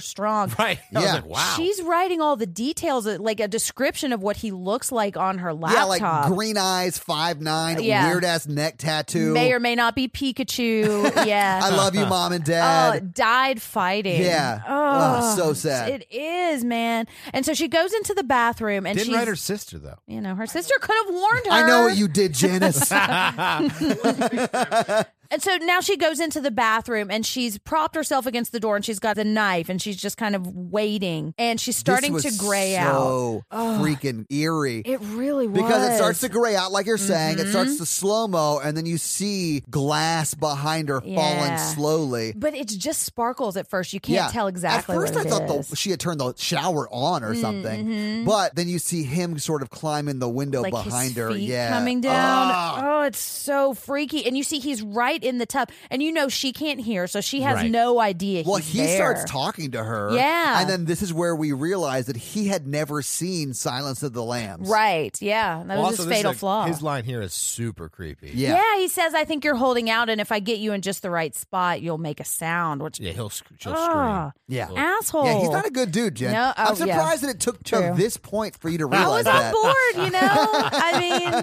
strong. Right. Yeah. I was like, wow. She's writing all the details, uh, like a description of what he looks like on her Yeah, laptop. like green eyes, five nine, Yeah. weird ass neck tattoo. may or may not be Pikachu. yeah. I love you, mom and Oh, dad. died fighting. Yeah. Oh, Ugh, so sad. It is, man. And so she goes into the bathroom and didn't she's, write her sister though. you know, her sister could have warned her. I know what you did, Janice. And so now she goes into the bathroom and she's propped herself against the door and she's got the knife and she's just kind of waiting and she's starting This to was gray out. so freaking eerie. It really was. Mm-hmm. because it starts to gray out, like you're saying, it starts to slow mo, and then you see glass behind her falling Yeah. slowly. But it's just sparkles at first. You can't tell exactly. At first, what I it thought is. Mm-hmm. the, she had turned the shower on or something, but then you see him sort of climb in the window like behind his her. feet yeah, coming down. Ah. Oh, it's so freaky. And you see he's right in the tub, and you know she can't hear, so she has Right. no idea. Well, he's he there. starts talking to her. Yeah. and then this is where we realize that he had never seen Silence of the Lambs. Right? Yeah, that Well, was also, his this is, fatal like, flaw. His line here is super creepy. Yeah. yeah. he says, "I think you're holding out, and if I get you in just the right spot, you'll make a sound." Which Yeah, he'll, sc- she'll Ah, Yeah. scream. asshole. Yeah, he's not a good dude, Jen. No, I'm oh, yeah. surprised that it took to True. this point for you to I realize was on that. board, you know. I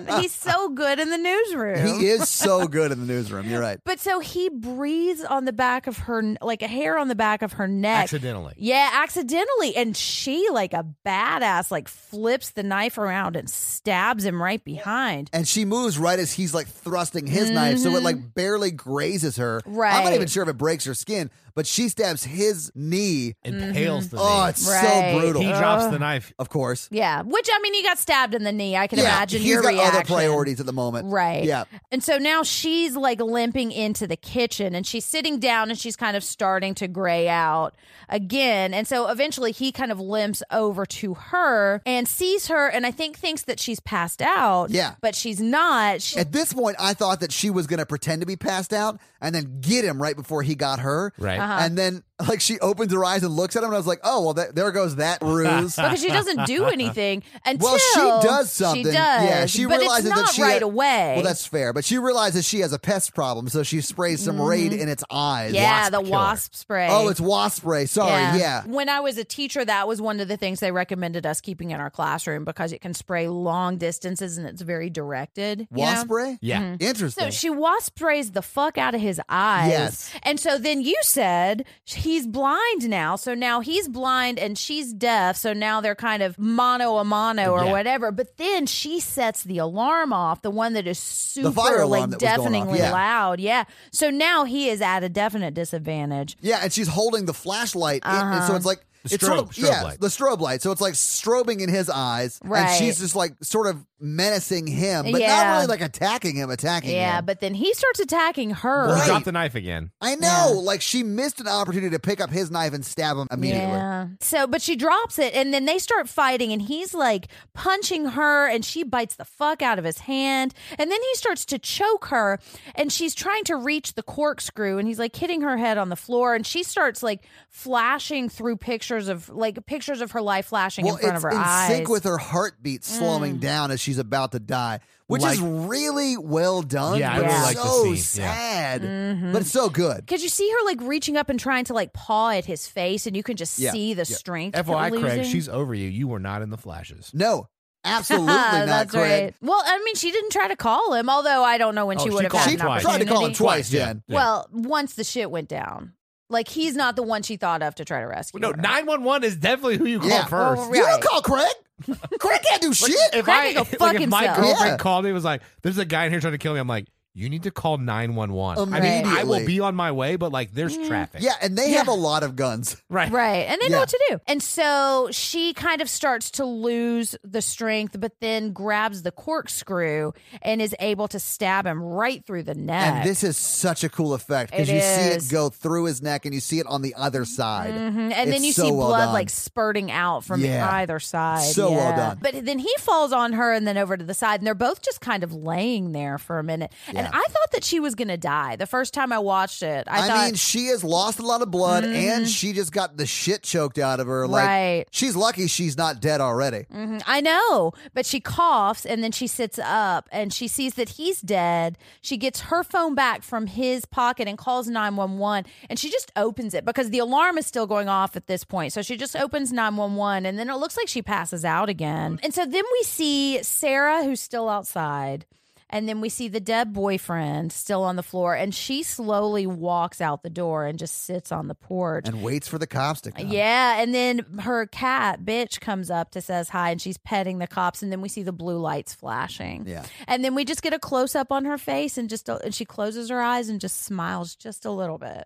mean, he's so good in the newsroom. He is so good in the newsroom. You're right. But so he breathes on the back of her, like a hair on the back of her neck. Accidentally. Yeah, accidentally. And she, like a badass, like flips the knife around and stabs him right behind. And she moves right as he's like thrusting his knife, so it like barely grazes her. I'm not Mm-hmm. Right. even sure if it breaks her skin, but she stabs his knee. Impales the Oh, knee. it's Right. so brutal. He drops the knife. of course. Yeah, which I mean, he got stabbed in the knee. I can yeah, imagine he's your got reaction. other priorities at the moment. Right. Yeah. And so now she's like limping into the kitchen and she's sitting down and she's kind of starting to gray out again. And so eventually he kind of limps over to her and sees her and I think thinks that she's passed out. Yeah. But she's not. She, At this point, I thought that she was going to pretend to be passed out and then get him right before he got her. Right. Uh-huh. And then, like, she opens her eyes and looks at him, and I was like, oh, well, that, there goes that ruse. because she doesn't do anything until Well, she does She something. does. Yeah, she but realizes it's not that she right had- away. Well, that's fair, but she realizes she has a pest problem, so she sprays some raid in its eyes. Mm-hmm. yeah, wasp the killer. wasp spray. Oh, it's wasp spray. Sorry. Yeah. When I was a teacher, that was one of the things they recommended us keeping in our classroom because it can spray long distances and it's very directed. you Wasp know? Mm-hmm. spray. Yeah. Interesting. So she wasp sprays the fuck out of his eyes. Yes. And so then you said he's blind now. So now he's blind and she's deaf. So now they're kind of mono a mono or Yeah. whatever. But then she sets the alarm off, the one that is super fire alarm like that was going off, deafeningly yeah. loud. Yeah. So now he is at a definite disadvantage. Uh-huh. yeah, and she's holding the flashlight, in- and so it's like The it's sort strobe- of, strobe yeah, light. the strobe light. So it's like strobing in his eyes, Right. and she's just like sort of menacing him, but not Yeah. really like attacking him, attacking Yeah, him. but then he starts attacking her. Or Right. drop the knife again. I know, like she missed an opportunity to pick up his knife and stab him immediately. Yeah. So, but she drops it, and then they start fighting, and he's like punching her, and she bites the fuck out of his hand, and then he starts to choke her, and she's trying to reach the corkscrew, and he's like hitting her head on the floor, and she starts like flashing through pictures of like pictures of her life flashing Well, in front it's of her in eyes. Mm. sync with her heartbeat slowing down as she's about to die, which is really well done. Yeah, I but really it's like the so scene, yeah. sad, but it's so good. Cause Mm-hmm. you see her like reaching up and trying to like paw at his face, and you can just Yeah. see the strength. that FYI, losing. Craig, she's over you. You were not in the flashes. No, absolutely not, That's Craig. right. Well, I mean, she didn't try to call him, although I don't know when Oh, she she would have called had She an twice. tried to call him opportunity. twice, Jen. Yeah. Well, once the shit went down, like he's not the one she thought of to try to rescue. No, her. nine one one is definitely who you call Yeah. first. Well, You don't Right. call Craig. Craig can't do Like, shit. If Craig I can go like, fuck if my himself. girlfriend Yeah. called me, and was like, "There's a guy in here trying to kill me." I'm like, "You need to call nine one one." I mean, I will Immediately. be on my way, but like, there's traffic. Yeah, and they have a lot of guns. right. Mm-hmm. Right. And they know Yeah. what to do. And so she kind of starts to lose the strength, but then grabs the corkscrew and is able to stab him right through the neck. And this is such a cool effect because It you see is. it go through his neck and you see it on the other side. Mhm. And then It's you so see well blood done. like spurting out from Yeah. either side. So well Yeah. done. But then he falls on her and then over to the side, and they're both just kind of laying there for a minute. And Yeah. I thought that she was going to die the first time I watched it. I, I, thought, Mm-hmm. mean, she has lost a lot of blood and she just got the shit choked out of her. Like, Right. she's lucky she's not dead already. "Mm, I know. But she coughs and then she sits up and she sees that he's dead. She gets her phone back from his pocket and calls 911. And she just opens it because the alarm is still going off at this point. So she just opens 911 and then it looks like she passes out again. And so then we see Sarah, who's still outside. And then we see the dead boyfriend still on the floor, and she slowly walks out the door and just sits on the porch. And waits for the cops to come. Yeah, and then her cat bitch comes up to says hi, and she's petting the cops, and then we see the blue lights flashing. Yeah. and then we just get a close up on her face, and just and she closes her eyes and just smiles just a little bit,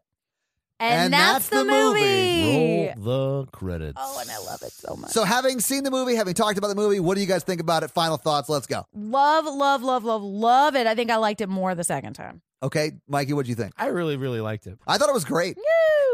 and, And that's that's, the the movie. Roll the credits. Oh, and I love it so much. So, having seen the movie, having talked about the movie, what do you guys think about it? Final thoughts. Let's go. love, love, love, love, love it. I think I liked it more the second time. Okay, Mikey, what do you think? I really, really liked it. I thought it was great.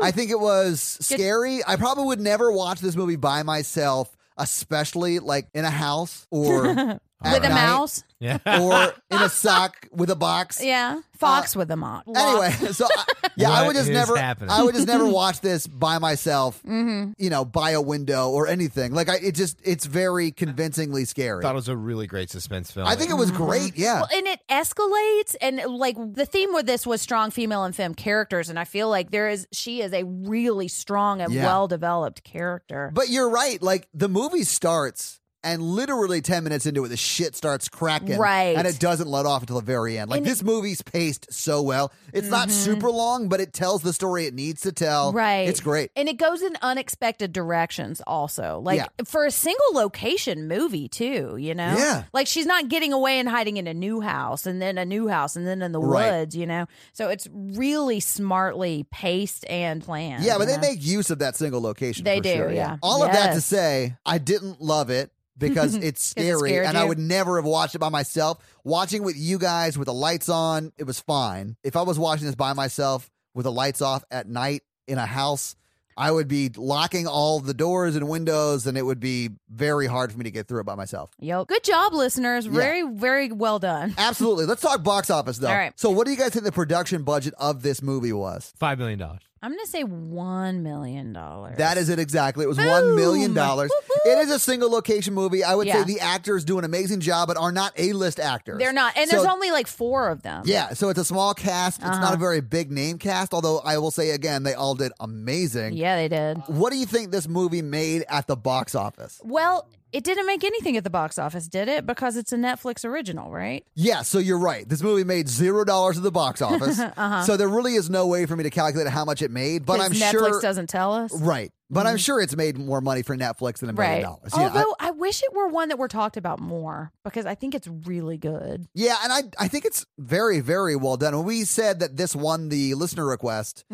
I think it was scary. I probably would never watch this movie by myself, especially like in a house or at With a night mouse, Yeah. or in a sock with a box. yeah, fox with a mouse. Anyway, so I, yeah, I What would just is never, happening? I would just never watch this by myself. Mm-hmm. You know, by a window or anything. Like I, it just, it's very convincingly I scary. thought it was a really great suspense film. I think it was Mm-hmm. great. Yeah, Well, and it escalates, and like the theme with this was strong female and femme characters, and I feel like there is she is a really strong and Yeah. well developed character. but you're right. Like the movie starts. And literally ten minutes into it, the shit starts cracking, Right. And it doesn't let off until the very end. Like And Mm-hmm. this movie's paced so well; it's not super long, but it tells the story it needs to tell. Right. It's great. And it goes in unexpected directions also. Like Yeah. for a single location movie too, you know? Yeah. Like she's not getting away and hiding in a new house and then a new house and then in the Right. woods, you know? So it's really smartly paced and planned. Yeah, but you they know? make use of that single location. They for do, sure, yeah. All of that to Yes. say, I didn't love it because it's scary, scared and I you? would never have watched it by myself. Watching with you guys with the lights on, it was fine. If I was watching this by myself with the lights off at night in a house, I would be locking all the doors and windows, and it would be very hard for me to get through it by myself. Yo, good job, listeners. Very, very well done. Absolutely. Let's talk box office though. All right. So, what do you guys think the production budget of this movie was? five million dollars. I'm gonna say one million dollars. That is it exactly. It was Boom. one million dollars. Woo-hoo. It is a single location movie. I would Yeah. say the actors do an amazing job, but are not A list actors. they're not, and So- there's Uh-huh. only like four of them. Yeah, so it's a small cast. It's not a very big name cast, although I will say again, they all did amazing. yeah, they did. What do you think this movie made at the box office? Well, it didn't make anything at the box office, did it? Because it's a Netflix original, right? Yeah, so you're right. This movie made zero dollars at the box Uh-huh. office. So there really is no way for me to calculate how much it made, but I'm Netflix sure. doesn't tell us. Right. But I'm sure it's made more money for Netflix than a million Right. dollars. Yeah, I- Although I, wish it were one that we're talked about more because I think it's really good. yeah, and I I think it's very very well done. When we said that this won the listener request,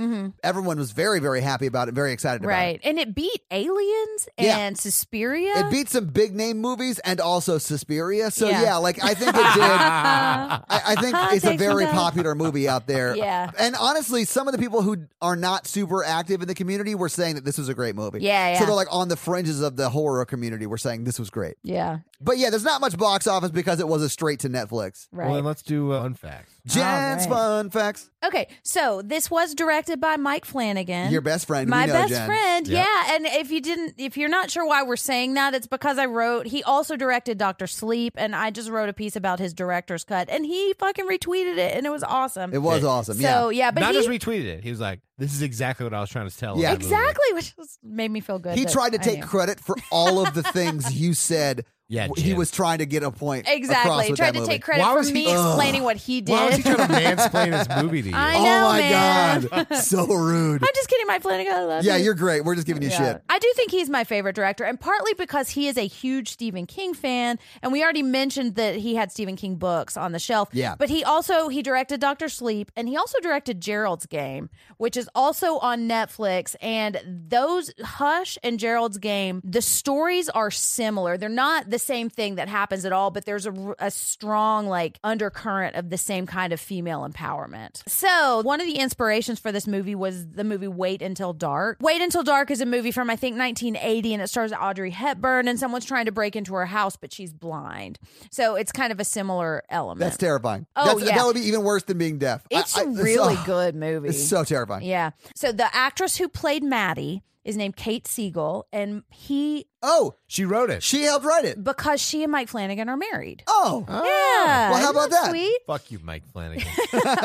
everyone was very very happy about it, very excited about it. Mm-hmm. Right. And it beat Aliens Yeah. and Suspiria. It beat some big name movies and also Suspiria. So yeah, Yeah. like I think it did. I, Uh-huh. I think it's a Takes me very back. popular movie out there. Yeah. And honestly, some of the people who are not super active in the community were saying that this was a great movie. Yeah, So yeah. they're like on the fringes of the horror community. We're saying this was great. yeah. But yeah, there's not much box office because it was a straight to Netflix. Right. Well, then let's do uh, fun facts. Jen's right. fun facts. Okay, so this was directed by Mike Flanagan. Your best friend. my we know, best Jen. friend, Yep. yeah. And if you didn't, if you're not sure why we're saying that, it's because I wrote. He also directed Doctor Sleep, and I just wrote a piece about his director's cut, and he fucking retweeted it, and it was awesome. It was awesome. yeah. so yeah, but Not he, just retweeted it. He was like, "This is exactly what I was trying to tell." Yeah. him. exactly, which was, made me feel good. He that tried to I take knew. credit for all of the things you said. Yeah, w- he Jen. was trying to get a point. across exactly with tried that to movie. take credit Why for was he- me Ugh. explaining what he did. Why was he trying to mansplain this movie to you? I Oh know, my man. god, so rude. I'm just kidding, Mike Flanagan. I love yeah, you. you're great. We're just giving you Yeah. shit. I do think he's my favorite director, and partly because he is a huge Stephen King fan, and we already mentioned that he had Stephen King books on the shelf. Yeah. but he also he directed Doctor Sleep, and he also directed Gerald's Game, which is also on Netflix. And those Hush and Gerald's Game, the stories are similar. They're not the same thing that happens at all, but there's a, r- a strong like undercurrent of the same kind of female empowerment. So one of the inspirations for this movie was the movie Wait Until Dark. Wait Until Dark is a movie from I think 1980, and it stars Audrey Hepburn, and someone's trying to break into her house, but she's blind. So it's kind of a similar element. That's terrifying. Oh, That's, yeah. That would be even worse than being deaf. I- It's I- a really oh, good movie. It's so terrifying. yeah. So the actress who played Maddie is named Kate Siegel, and he Oh, She wrote it. she helped write it. because she and Mike Flanagan are married. Oh, Yeah. Well, how Isn't about that? Sweet. Fuck you, Mike Flanagan.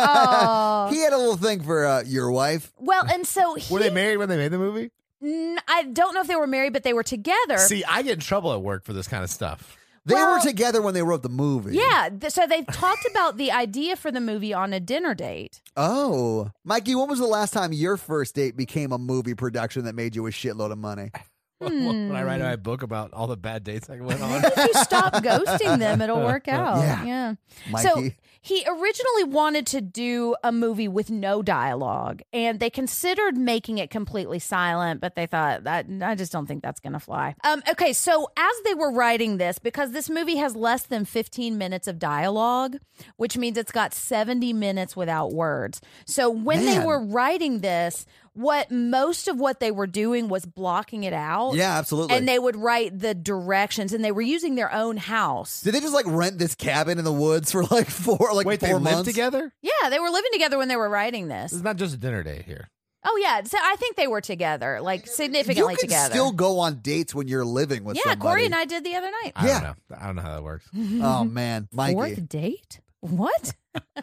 Oh. he had a little thing for uh, your wife. well, and so he, Were they married when they made the movie? n- I don't know if they were married, but they were together. See, I get in trouble at work for this kind of stuff. They were Well- together when they wrote the movie. yeah. th- so they talked about the idea for the movie on a dinner date. Oh, Mikey, when was the last time your first date became a movie production that made you a shitload of money? when I Hmm. write my book about all the bad dates I went on. If you stop ghosting them, it'll work out. Yeah. yeah. Mikey. So he originally wanted to do a movie with no dialogue, and they considered making it completely silent, but they thought that I just don't think that's going to fly. Um, okay, so as they were writing this, because this movie has less than 15 minutes of dialogue, which means it's got 70 minutes without words. So when Man. they were writing this, what most of what they were doing was blocking it out. yeah, absolutely. And they would write the directions, and they were using their own house. Did they just like rent this cabin in the woods for like four like Wait, four they lived months? together? Yeah, they were living together when they were writing This this. is not just a dinner date here. Oh yeah, so I think they were together, like You significantly can together. still go on dates when you're living with yeah, somebody. Corey and I did the other night. I Yeah. don't know. I don't know how that works. Oh man, Mikey, Fourth date? What?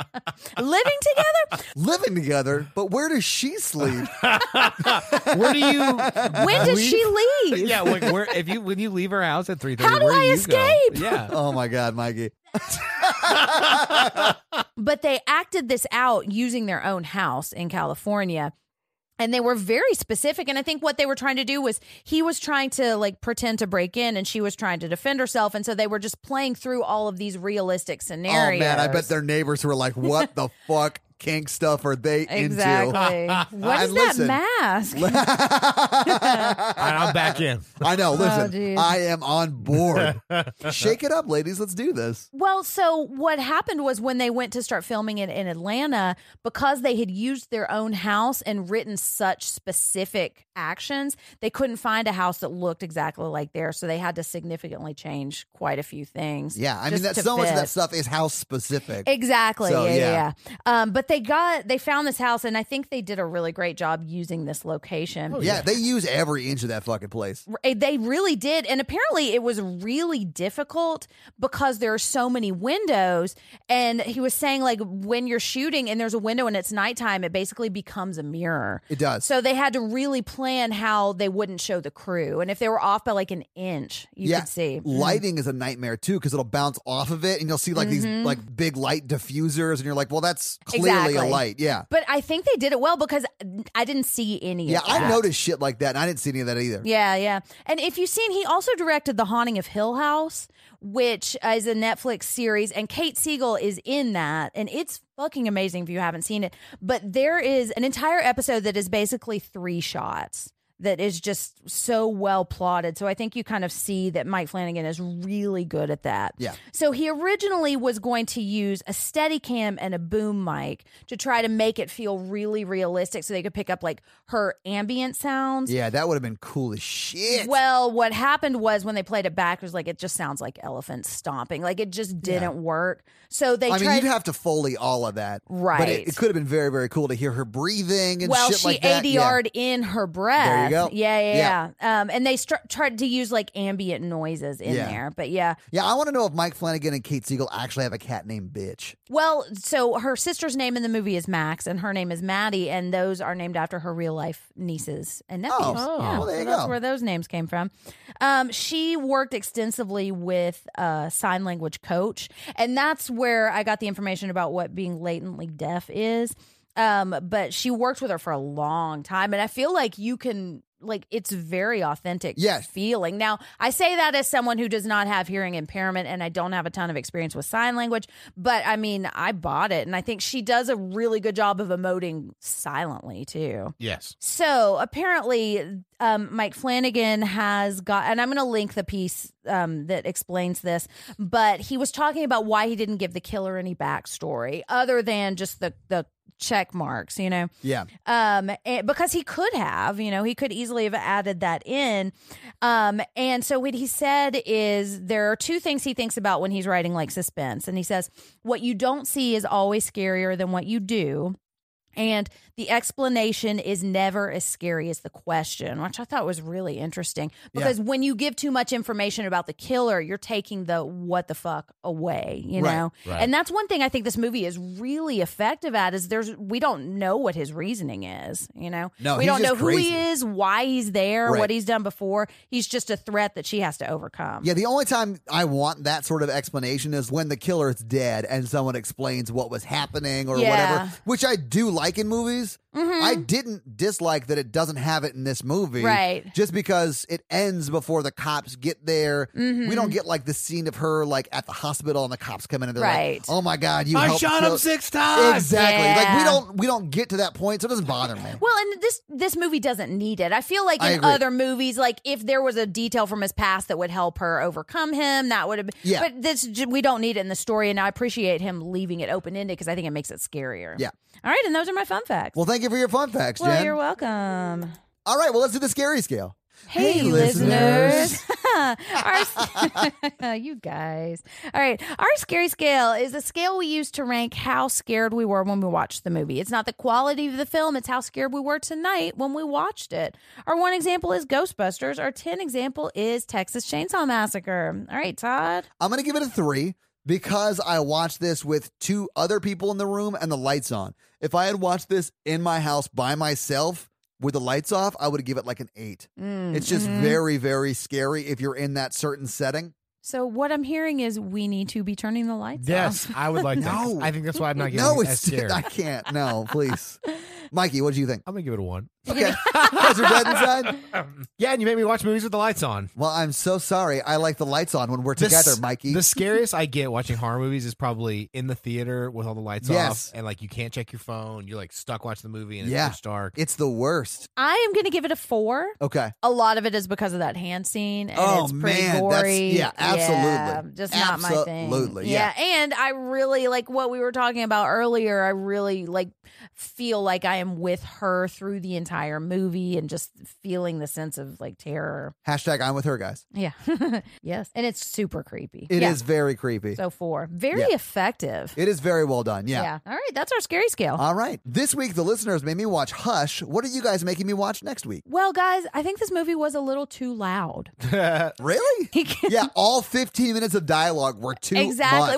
living together? living together, but where does she sleep? Where do you? When does she leave? Yeah, like where if you when you leave her house at three thirty? How do where I you go? escape? Yeah, oh my God, Mikey. But they acted this out using their own house in California. And they were very specific. And I think what they were trying to do was he was trying to like pretend to break in and she was trying to defend herself. And so they were just playing through all of these realistic scenarios. Oh man, I bet their neighbors were like, "What the fuck kink stuff are they Exactly. what And is that listen. mask? into?" All right, I'm back in. I know. Listen, Oh, dude. I am on board. Shake it up, ladies. Let's do this. Well, so what happened was when they went to start filming it in Atlanta, because they had used their own house and written such specific actions, they couldn't find a house that looked exactly like theirs. So they had to significantly change quite a few things. Yeah, I mean, just that to so much of that fit. stuff is house specific. Exactly. So, yeah, yeah. yeah. yeah. Um, but they got they found this house, and I think they did a really great job using this location. yeah, they use every inch of that fucking place. R- eh, They really did. And apparently it was really difficult because there are so many windows. And he was saying, like, when you're shooting and there's a window and it's nighttime, it basically becomes a mirror. It does. So they had to really plan how they wouldn't show the crew, and if they were off by like an inch, you yeah, could see. Mm. lighting is a nightmare too because it'll bounce off of it, and you'll see like Mm-hmm. these like big light diffusers, and you're like, well, that's clearly a Exactly. light. Yeah, But I think they did it well because I didn't see any. yeah. of I that. noticed shit like that, and I didn't see any of that either. Yeah, yeah. And if you've seen, he also directed The Haunting of Hill House, which is a Netflix series, and Kate Siegel is in that, and it's fucking amazing if you haven't seen it. But there is an entire episode that is basically three shots that is just so well plotted. So I think you kind of see that Mike Flanagan is really good at that. Yeah. So he originally was going to use a Steadicam and a boom mic to try to make it feel really realistic so they could pick up like her ambient sounds. Yeah, that would have been cool as shit. Well, what happened was when they played it back, it was like it just sounds like elephants stomping. Like it just didn't work. So they I mean, tried. you'd have to foley all of that, But Right. it, it could have been very, very cool to hear her breathing and well, shit she like that. Yeah. ADR'd in her breath. go. Yeah, yeah, Yeah. yeah. Um, and they str- tried to use like ambient noises in Yeah. there, but yeah. Yeah, I want to know if Mike Flanagan and Kate Siegel actually have a cat named Bitch. Well, so her sister's name in the movie is Max, and her name is Maddie, and those are named after her real life nieces and nephews. Oh, well, there so you that's go. where those names came from. Um, she worked extensively with a sign language coach, and that's where I got the information about what being latently deaf is. Um, but she worked with her for a long time, and I feel like you can like it's very authentic Yes. feeling. Now, I say that as someone who does not have hearing impairment and I don't have a ton of experience with sign language, but I mean, I bought it and I think she does a really good job of emoting silently too. Yes. So apparently, um, Mike Flanagan has got, and I'm going to link the piece um, that explains this, but he was talking about why he didn't give the killer any backstory other than just the, the check marks, you know? Yeah. um and, because he could have you know he could easily have added that in um and so what he said is there are two things he thinks about when he's writing like suspense and he says what you don't see is always scarier than what you do and the explanation is never as scary as the question, which I thought was really interesting because when you give too much information about the killer, you're taking the what the fuck away, you Right, know? And that's one thing I think this movie is really effective at is there's we don't know what his reasoning is, you know? No, we he's don't know just who crazy. he is, why he's there, Right. what he's done before. He's just a threat that she has to overcome. Yeah, the only time I want that sort of explanation is when the killer is dead and someone explains what was happening or Yeah. Mm-hmm. whatever, which I do like in movies. I didn't dislike that it doesn't have it in this movie. Right. Just because it ends before the cops get there. We Mm-hmm. don't get like the scene of her like at the hospital and the cops come in and they're Right. like, "Oh my god, you I helped shot kill-" him six times. Exactly. Like we Yeah. don't we don't get to that point, so it doesn't bother me. Well, and this this movie doesn't need it. I feel like I in agree. other movies, like if there was a detail from his past that would help her overcome him, that would have. been Yeah. But this j- we don't need it in the story, and I appreciate him leaving it open ended because I think it makes it scarier. Yeah. All right, and those are my fun facts. Well, thank you for your fun facts, Well, Jen. you're welcome. All right, well, let's do the scary scale. Hey, Hey, listeners. Our- you guys. All right. Our scary scale is the scale we use to rank how scared we were when we watched the movie. It's not the quality of the film, it's how scared we were tonight when we watched it. Our one example is Ghostbusters. Our 10 example is Texas Chainsaw Massacre. All right, Todd. I'm going to give it a three because I watched this with two other people in the room and the lights on. If I had watched this in my house by myself with the lights off, I would give it like an eight. Mm-hmm. it's just very, very scary if you're in that certain setting. So, what I'm hearing is we need to be turning the lights Yes, I would like that. 'cause No. I think that's why I'm not giving no, it as it's scared. I can't. No, please. Mikey, what do you think? I'm gonna give it a one. Okay. Is your bread inside? Yeah, and you made me watch movies with the lights on. Well, I'm so sorry. I like the lights on when we're The together, s- Mikey. The scariest I get watching horror movies is probably in the theater with all the lights Yes. off, and like you can't check your phone. You're like stuck watching the movie, and Yeah. it's pitch dark. it's the worst. I am going to give it a four. Okay. a lot of it is because of that hand scene and Oh, it's pretty man, that's- gory. yeah, absolutely. Yeah, just not my thing. Absolutely, yeah. and I really like what we were talking about earlier. I really like feel like I am with her through the entire movie and just feeling the sense of like terror. Hashtag I'm with her, guys. Yeah. yes. And it's super creepy. It is yeah. very creepy. so four. Very Yeah. effective. it is very well done. Yeah. All right, that's our scary scale. All right. This week, the listeners made me watch Hush. What are you guys making me watch next week? well, guys, I think this movie was a little too loud. Uh, Really? yeah, all 15 minutes of dialogue were too exactly.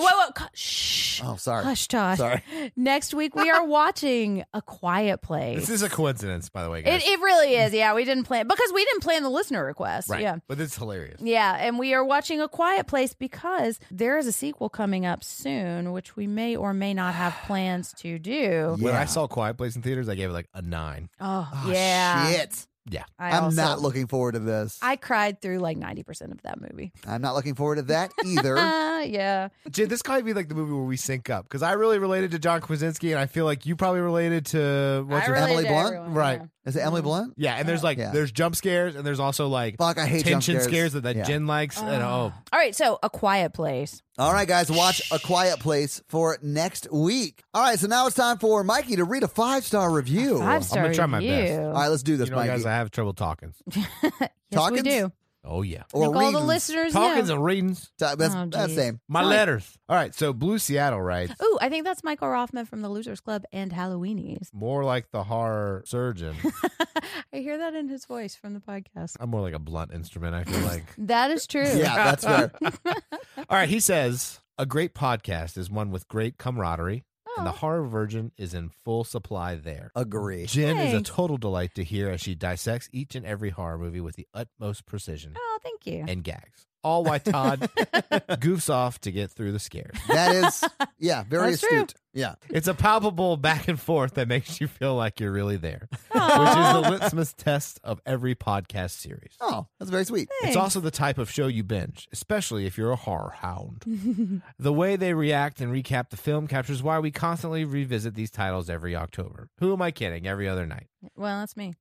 much. Whoa, whoa, cu- shh. Oh, sorry. Hush, Todd. Sorry. Next week we are watching doing a quiet place. This is a coincidence, by the way, guys. It, it really is. Yeah, we didn't plan because we didn't plan the listener request. right. Yeah. But it's hilarious. Yeah, and we are watching A Quiet Place because there is a sequel coming up soon, which we may or may not have plans to do. When Yeah. I saw Quiet Place in theaters, I gave it like a nine. Oh, Ah, Oh, yeah. Shit. Yeah. I I'm also- not looking forward to this. I, I cried through like 90% of that movie. am not looking forward to that either. Uh, yeah. Jid, this might be like the movie where we sync up because I really related to John Krasinski, and I feel like you probably related to what's I her related Emily to Blunt? everyone, Right. yeah. Is it Emily Blunt? Mm. Yeah, and there's like Yeah. there's jump scares, and there's also like Fuck, I hate jump tension scares. that, that Yeah. Jen likes. and oh, All right, so A Quiet Place. All right, guys, watch A Quiet Place for next week. All right, so now it's time for Mikey to read a five star review. Five All star gonna try my review. best. right, let's do this, you know, Mikey. guys, I have trouble talking. Yes, Talkins? we do. Oh yeah, or Like all the readings. listeners talking's know. and readings. Ta- That's, Oh, that's geez. same. My letters. All right, so Blue Seattle writes Ooh, I think that's Michael Rothman from the Losers Club and Halloweenies. more like the horror surgeon. I hear that in his voice from the podcast. I'm more like a blunt instrument. I feel like. That is true. Yeah, that's fair. All right, he says a great podcast is one with great camaraderie, Oh, and the horror virgin is in full supply there. Agree. Jen is a Thanks. total delight to hear as she dissects each and every horror movie with the utmost precision Oh, thank you. and gags. All while Todd goofs off to get through the scares. That is, yeah, very That's true. astute. Yeah. It's a palpable back and forth that makes you feel like you're really there, which is Aw. the litmus test of every podcast series. Oh, that's very sweet. It's also the type of show you binge, especially if you're a horror hound. the way they react and recap the film captures why we constantly revisit these titles every October. Who am I kidding? Every other night. well, that's me.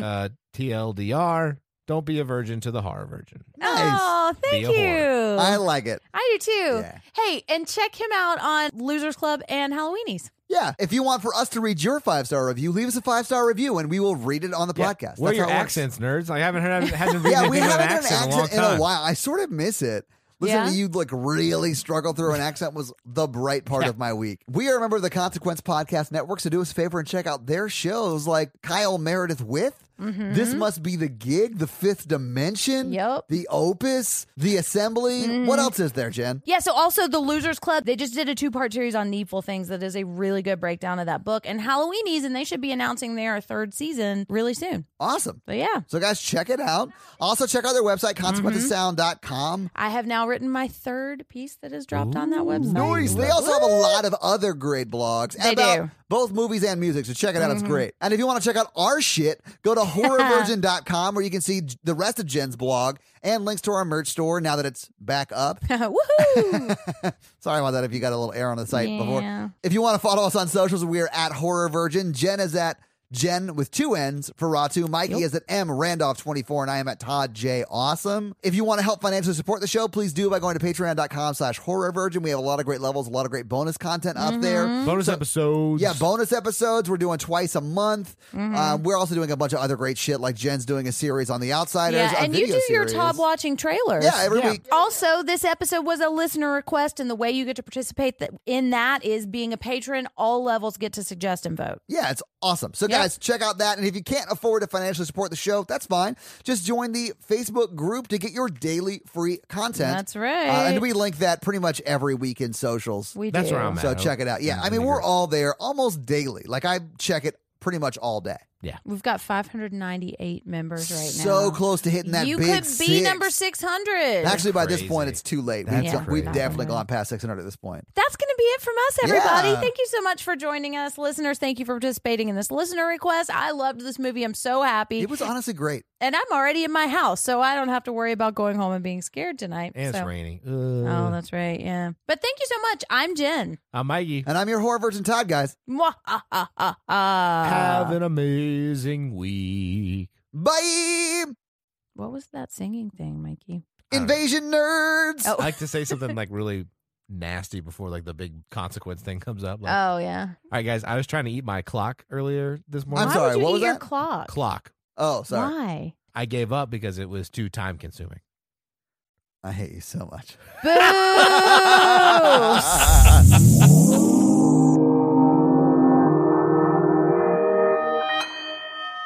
Uh, TLDR, don't be a virgin to the horror virgin. Nice. Oh, Be thank a you. whore. I like it. I do too. Yeah. Hey, and check him out on Losers Club and Halloweenies. Yeah. If you want for us to read your five star review, leave us a five star review and we will read it on the Yeah. podcast. Where That's are your how it works. accents, nerds? I haven't heard. Hasn't been Yeah, we anything with haven't done an in a long accent in time. a while. I sort of miss it. Listen Yeah? to you like really struggle through an accent was the bright part of my week. We are a member of the Consequence Podcast Network, so do us a favor and check out their shows like Kyle Meredith with This Must Be the Gig, The Fifth Dimension, Yep. The Opus, The Assembly. What else is there, Jen? Yeah, so also the Losers Club, they just did a two part series on Needful Things that is a really good breakdown of that book. And Halloweenies, and they should be announcing their third season really soon. Awesome. But yeah, So, guys, check it out. Also, check out their website, consequencesound.com. I have now written my third piece that is dropped on that website. Nice. They also have a lot of other great blogs They about do. Mm-hmm. both movies and music. So check it out. It's great. And if you want to check out our shit, go to horrorvirgin.com where you can see j- the rest of Jen's blog and links to our merch store now that it's back up. Woohoo! Sorry about that if you got a little error on the site Yeah. before. If you want to follow us on socials, we are at Horror Virgin. Jen is at Jen with two N's for Ratu. Mikey is at M Randolph24, and I am at Todd J Awesome. If you want to help financially support the show, please do by going to patreon.com slash horror virgin. We have a lot of great levels, a lot of great bonus content Mm-hmm. up there. Bonus episodes. Yeah, bonus episodes. We're doing twice a month. Mm-hmm. Um, we're also doing a bunch of other great shit, like Jen's doing a series on The Outsiders. yeah, a and you do video your series. top watching trailers. Yeah, every week. Also, this episode was a listener request, and the way you get to participate th- in that is being a patron. All levels get to suggest and vote. Yeah, it's awesome. So, Yeah. guys, check out that. And if you can't afford to financially support the show, that's fine. Just join the Facebook group to get your daily free content. That's right. Uh, and we link that pretty much every week in socials. We That's do. where I'm at. so, check it out. Yeah, I mean, we're all there almost daily. Like, I check it pretty much all day. We've got 598 members right now. so close to hitting that You big could be six. number 600. Actually, by this point, Crazy. it's too late. That's We've, done- crazy. we've definitely gone past 600 at this point. That's going to be it from us, everybody. Yeah. Thank you so much for joining us. Listeners, thank you for participating in this listener request. I loved this movie. I'm so happy. It was honestly great. and I'm already in my house, so I don't have to worry about going home and being scared tonight. And so. it's raining. Oh, Ugh. that's right. Yeah. But thank you so much. I'm Jen. I'm Mikey. And I'm your horror virgin Todd, guys. Mwah, ah, ah, ah, ah. Have an amazing week. Bye! What was that singing thing, Mikey? I don't know. Invasion nerds! Oh. I like to say something like really nasty before like the big consequence thing comes up. Like, Oh, yeah. all right, guys, I was trying to eat my clock earlier this I'm morning. Why sorry, would you what eat was your that? clock? Clock. Oh, sorry. Why? I gave up because it was too time consuming. I hate you so much. Boo!